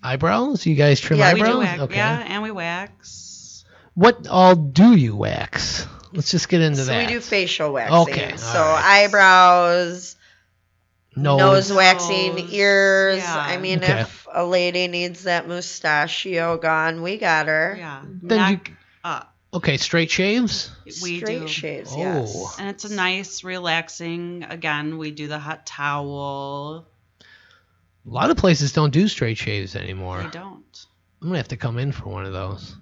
Speaker 1: eyebrows? You guys trim
Speaker 3: Yeah,
Speaker 4: we do
Speaker 1: eyebrows?
Speaker 4: wax. Yeah, and we wax.
Speaker 1: What all do you wax? Let's just get into
Speaker 3: so
Speaker 1: that.
Speaker 3: we do facial waxing.
Speaker 1: Okay, all
Speaker 3: so
Speaker 1: right.
Speaker 3: eyebrows,
Speaker 1: nose.
Speaker 3: nose waxing,
Speaker 4: Nose,
Speaker 3: ears.
Speaker 4: yeah.
Speaker 3: I mean,
Speaker 1: Okay.
Speaker 3: if a lady needs that mustachio gone, we got her.
Speaker 4: Yeah.
Speaker 1: Then you-
Speaker 4: Neck up.
Speaker 1: Okay, straight shaves.
Speaker 4: We
Speaker 3: Straight
Speaker 4: do.
Speaker 3: shaves,
Speaker 1: Oh.
Speaker 3: yes.
Speaker 4: And it's a nice, relaxing. Again, we do the hot towel.
Speaker 1: A lot of places don't do straight shaves anymore.
Speaker 4: We
Speaker 1: I'm
Speaker 4: don't.
Speaker 1: gonna have to come in for one of those.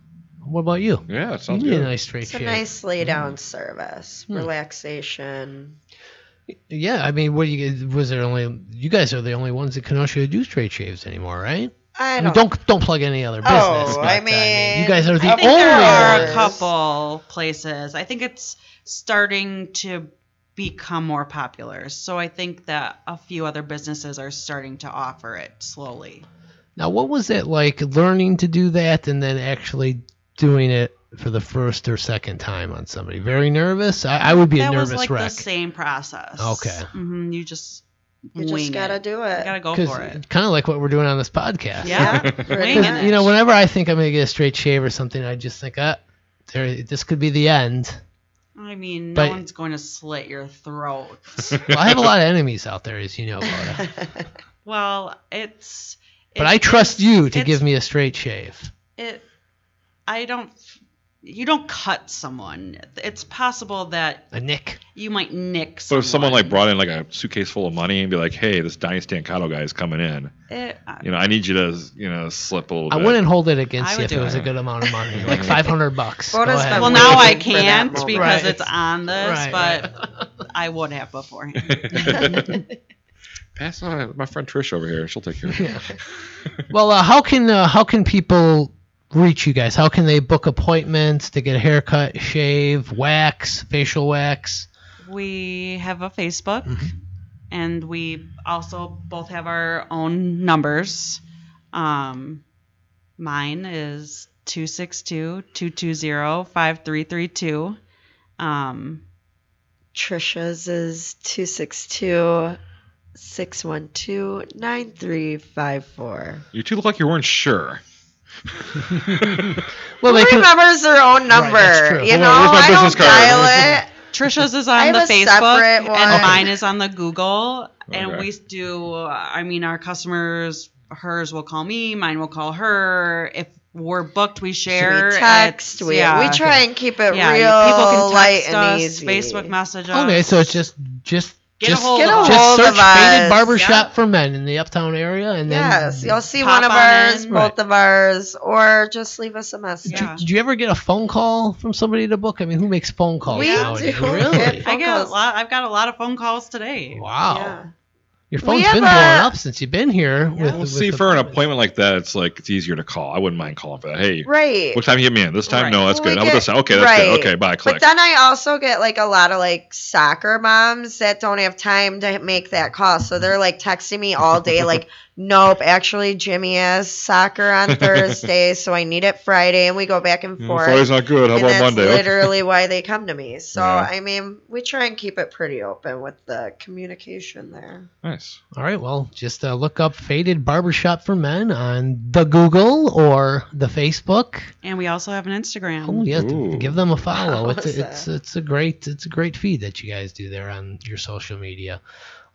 Speaker 1: What about you?
Speaker 2: Yeah, it
Speaker 1: You
Speaker 2: sounds
Speaker 1: need a
Speaker 2: good.
Speaker 1: nice straight
Speaker 3: It's a
Speaker 1: shave.
Speaker 3: nice lay down service,
Speaker 1: Mm. Hmm.
Speaker 3: relaxation.
Speaker 1: Yeah, I mean, what do you was there only you guys are the only ones in Kenosha who do straight shaves anymore, right?
Speaker 3: I
Speaker 1: I mean,
Speaker 3: don't.
Speaker 1: don't don't plug any other business.
Speaker 3: Oh,
Speaker 1: but, uh,
Speaker 3: I
Speaker 1: you
Speaker 3: mean,
Speaker 1: guys are the
Speaker 3: I
Speaker 4: I
Speaker 1: only
Speaker 4: think there are
Speaker 3: owners.
Speaker 4: a couple places. I think it's starting to become more popular. So I think that a few other businesses are starting to offer it slowly.
Speaker 1: Now, what was it like learning to do that and then actually doing it for the first or second time on somebody? Very nervous. I, I would be
Speaker 4: that
Speaker 1: a nervous
Speaker 4: was like
Speaker 1: wreck.
Speaker 4: the same process.
Speaker 1: Okay.
Speaker 4: hmm you just
Speaker 3: You
Speaker 4: wing
Speaker 3: just gotta
Speaker 4: it.
Speaker 3: do
Speaker 4: You
Speaker 3: it.
Speaker 4: gotta go for it.
Speaker 1: kind of like what we're doing on this podcast.
Speaker 4: Yeah.
Speaker 3: pretty
Speaker 4: Wing
Speaker 3: much.
Speaker 4: it.
Speaker 1: You know, whenever I think I'm gonna get a straight shave or something, I just think, ah, there, this could be the end.
Speaker 4: I mean, no
Speaker 1: But-
Speaker 4: one's going to slit your throat.
Speaker 1: Well, I have a lot of enemies out there, as you know, Rhoda.
Speaker 4: well, it's.
Speaker 1: but
Speaker 4: it
Speaker 1: I trust
Speaker 4: is-
Speaker 1: you to
Speaker 4: it's-
Speaker 1: give me a straight shave.
Speaker 4: it i don't you don't cut someone it's possible that
Speaker 1: A nick.
Speaker 4: you might nick
Speaker 2: But
Speaker 4: someone
Speaker 2: if someone like brought in like a suitcase full of money and be like, "Hey, this Donnie Stancato guy is coming in.
Speaker 4: it, uh,
Speaker 2: You know, I need you to, you know, slip a little
Speaker 1: I
Speaker 2: bit."
Speaker 1: wouldn't hold it against
Speaker 4: I
Speaker 1: you
Speaker 4: would
Speaker 1: if
Speaker 4: do
Speaker 1: it was
Speaker 2: it.
Speaker 1: a good amount of money, like 500 bucks. Go
Speaker 3: Rhoda's
Speaker 1: ahead.
Speaker 3: been
Speaker 4: well now i
Speaker 3: waiting for that
Speaker 4: can't
Speaker 3: moment.
Speaker 4: because
Speaker 1: Right.
Speaker 4: it's on this
Speaker 1: Right,
Speaker 4: but i would have beforehand
Speaker 2: Pass on my friend Trish over here. She'll take care of it.
Speaker 1: Well, uh, how can uh, how can people reach you guys? How can they book appointments to get a haircut, shave, wax, facial wax?
Speaker 4: we have a facebook and we also both have our own numbers um, mine is 262-220-5332 um,
Speaker 3: Trisha's is 262 612 9354.
Speaker 2: You two look like you weren't sure.
Speaker 1: Well,
Speaker 3: Who
Speaker 1: they can.
Speaker 3: remembers their own number?
Speaker 1: that's true.
Speaker 3: You
Speaker 1: Hold
Speaker 3: know,
Speaker 2: on, where's my
Speaker 3: I don't
Speaker 2: business card?
Speaker 3: dial it.
Speaker 4: Trisha's is
Speaker 3: I
Speaker 4: on the
Speaker 3: have a
Speaker 4: Facebook
Speaker 3: separate
Speaker 4: and
Speaker 3: one.
Speaker 4: mine is on the Google. And
Speaker 2: Okay.
Speaker 4: we do, I mean, our customers, hers will call me, mine will call her. If we're booked, we share.
Speaker 3: we text.
Speaker 4: It's-
Speaker 3: We,
Speaker 4: yeah.
Speaker 3: we try and keep it
Speaker 4: Yeah,
Speaker 3: real
Speaker 4: people can
Speaker 3: light
Speaker 4: text
Speaker 3: and
Speaker 4: us,
Speaker 3: easy.
Speaker 4: Facebook message us.
Speaker 1: Okay, so it's just just
Speaker 4: Get a
Speaker 1: just
Speaker 4: hold
Speaker 3: Get a
Speaker 4: of us.
Speaker 1: just
Speaker 3: hold
Speaker 1: search
Speaker 3: of us.
Speaker 1: faded barbershop
Speaker 4: Yeah.
Speaker 1: for men in the uptown area, and then
Speaker 3: Yes, you'll see
Speaker 4: Pop
Speaker 3: one of
Speaker 4: on
Speaker 3: ours,
Speaker 4: in.
Speaker 3: both of ours, or just leave us a message.
Speaker 4: Yeah.
Speaker 1: Did you ever get a phone call from somebody to book? I mean, who makes phone calls
Speaker 3: We
Speaker 1: nowadays?
Speaker 3: do.
Speaker 1: Really?
Speaker 4: I get a
Speaker 3: calls.
Speaker 4: lot. I've got a lot of phone calls today.
Speaker 1: Wow.
Speaker 3: Yeah.
Speaker 1: Your phone's
Speaker 3: have
Speaker 1: been blowing
Speaker 3: a-
Speaker 1: up since you've been here. with-
Speaker 2: We'll
Speaker 1: with
Speaker 2: see
Speaker 1: the-
Speaker 2: for an appointment like that. It's like it's easier to call. I wouldn't mind calling for that. Hey,
Speaker 3: Right.
Speaker 2: what time you get me in? This time?
Speaker 4: Right.
Speaker 2: No, that's
Speaker 3: Well, we
Speaker 2: good. How about
Speaker 3: get-
Speaker 2: this time? Okay, that's
Speaker 3: right.
Speaker 2: good. Okay, bye.
Speaker 3: But
Speaker 2: Click.
Speaker 3: then I also get like a lot of like soccer moms that don't have time to make that call. So they're like texting me all day, like, nope, actually, Jimmy has soccer on Thursday, so I need it Friday. And we go back and
Speaker 2: Mm,
Speaker 3: forth.
Speaker 2: Friday's not good. How
Speaker 3: and
Speaker 2: about
Speaker 3: that's
Speaker 2: Monday? Okay.
Speaker 3: literally why they come to me. So,
Speaker 2: Yeah.
Speaker 3: I mean, we try and keep it pretty open with the communication there.
Speaker 2: Nice.
Speaker 1: All right, well, just uh, look up Faded Barbershop for Men on the Google or the Facebook.
Speaker 4: And we also have an Instagram.
Speaker 1: Oh, yeah,
Speaker 2: Ooh.
Speaker 1: give them a follow.
Speaker 3: What
Speaker 1: It's
Speaker 3: was
Speaker 1: a, it's it's a great it's a great feed that you guys do there on your social media.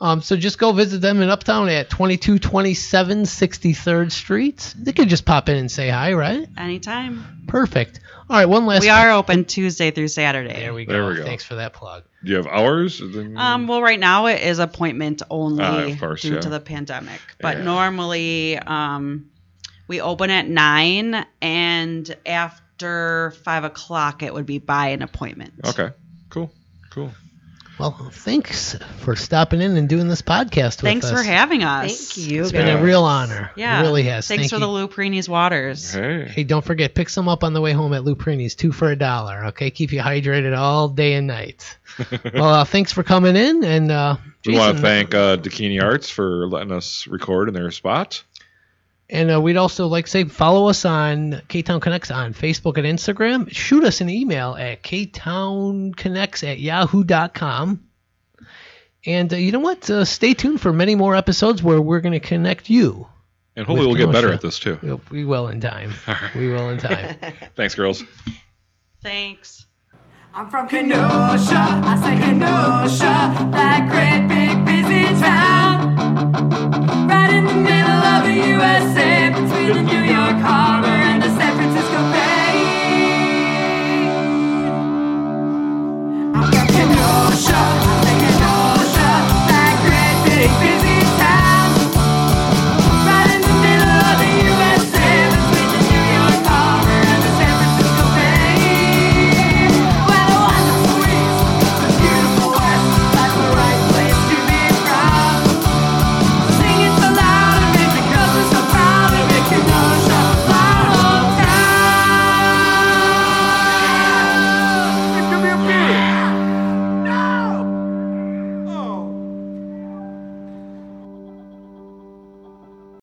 Speaker 1: Um, so just go visit them in Uptown at 2227 63rd Street. They could just pop in and say hi, right?
Speaker 4: Anytime.
Speaker 1: Perfect. All right, one last.
Speaker 4: We are open Tuesday through Saturday.
Speaker 1: There we go.
Speaker 2: There we go.
Speaker 1: Thanks for that plug.
Speaker 2: Do you have hours? Then-
Speaker 4: Um, well, right now it is appointment only
Speaker 2: Ah, of course,
Speaker 4: due
Speaker 2: yeah.
Speaker 4: to the pandemic. But
Speaker 2: Yeah.
Speaker 4: normally, um, we open at nine, and after after five o'clock, it would be by an appointment.
Speaker 2: Okay. Cool. Cool.
Speaker 1: Well, thanks for stopping in and doing this podcast with
Speaker 4: Thanks
Speaker 1: us.
Speaker 4: for having us.
Speaker 3: Thank you.
Speaker 1: It's been
Speaker 2: Yeah.
Speaker 1: a real honor.
Speaker 4: Yeah.
Speaker 1: It really has.
Speaker 4: Thanks
Speaker 1: Thank
Speaker 4: for
Speaker 1: you.
Speaker 4: the Luprini's waters.
Speaker 2: Hey.
Speaker 1: Hey, don't forget, pick some up on the way home at Luprini's, two for a dollar. Okay, keep you hydrated all day and night. well, uh, thanks for coming in, and uh,
Speaker 2: We want to
Speaker 1: Jason-
Speaker 2: thank uh, Dakini Arts for letting us record in their spot.
Speaker 1: And uh, we'd also like to say follow us on K Town Connects on Facebook and Instagram. Shoot us an email at ktownconnects at yahoo.com. And uh, you know what? Uh, stay tuned for many more episodes where we're going to connect you.
Speaker 2: And hopefully
Speaker 1: With
Speaker 2: we'll get better
Speaker 1: Kenosha.
Speaker 2: at this too.
Speaker 1: Yep, We will in time. We will in time.
Speaker 2: Thanks, girls.
Speaker 4: Thanks.
Speaker 5: I'm from Kenosha, I say Kenosha, that great big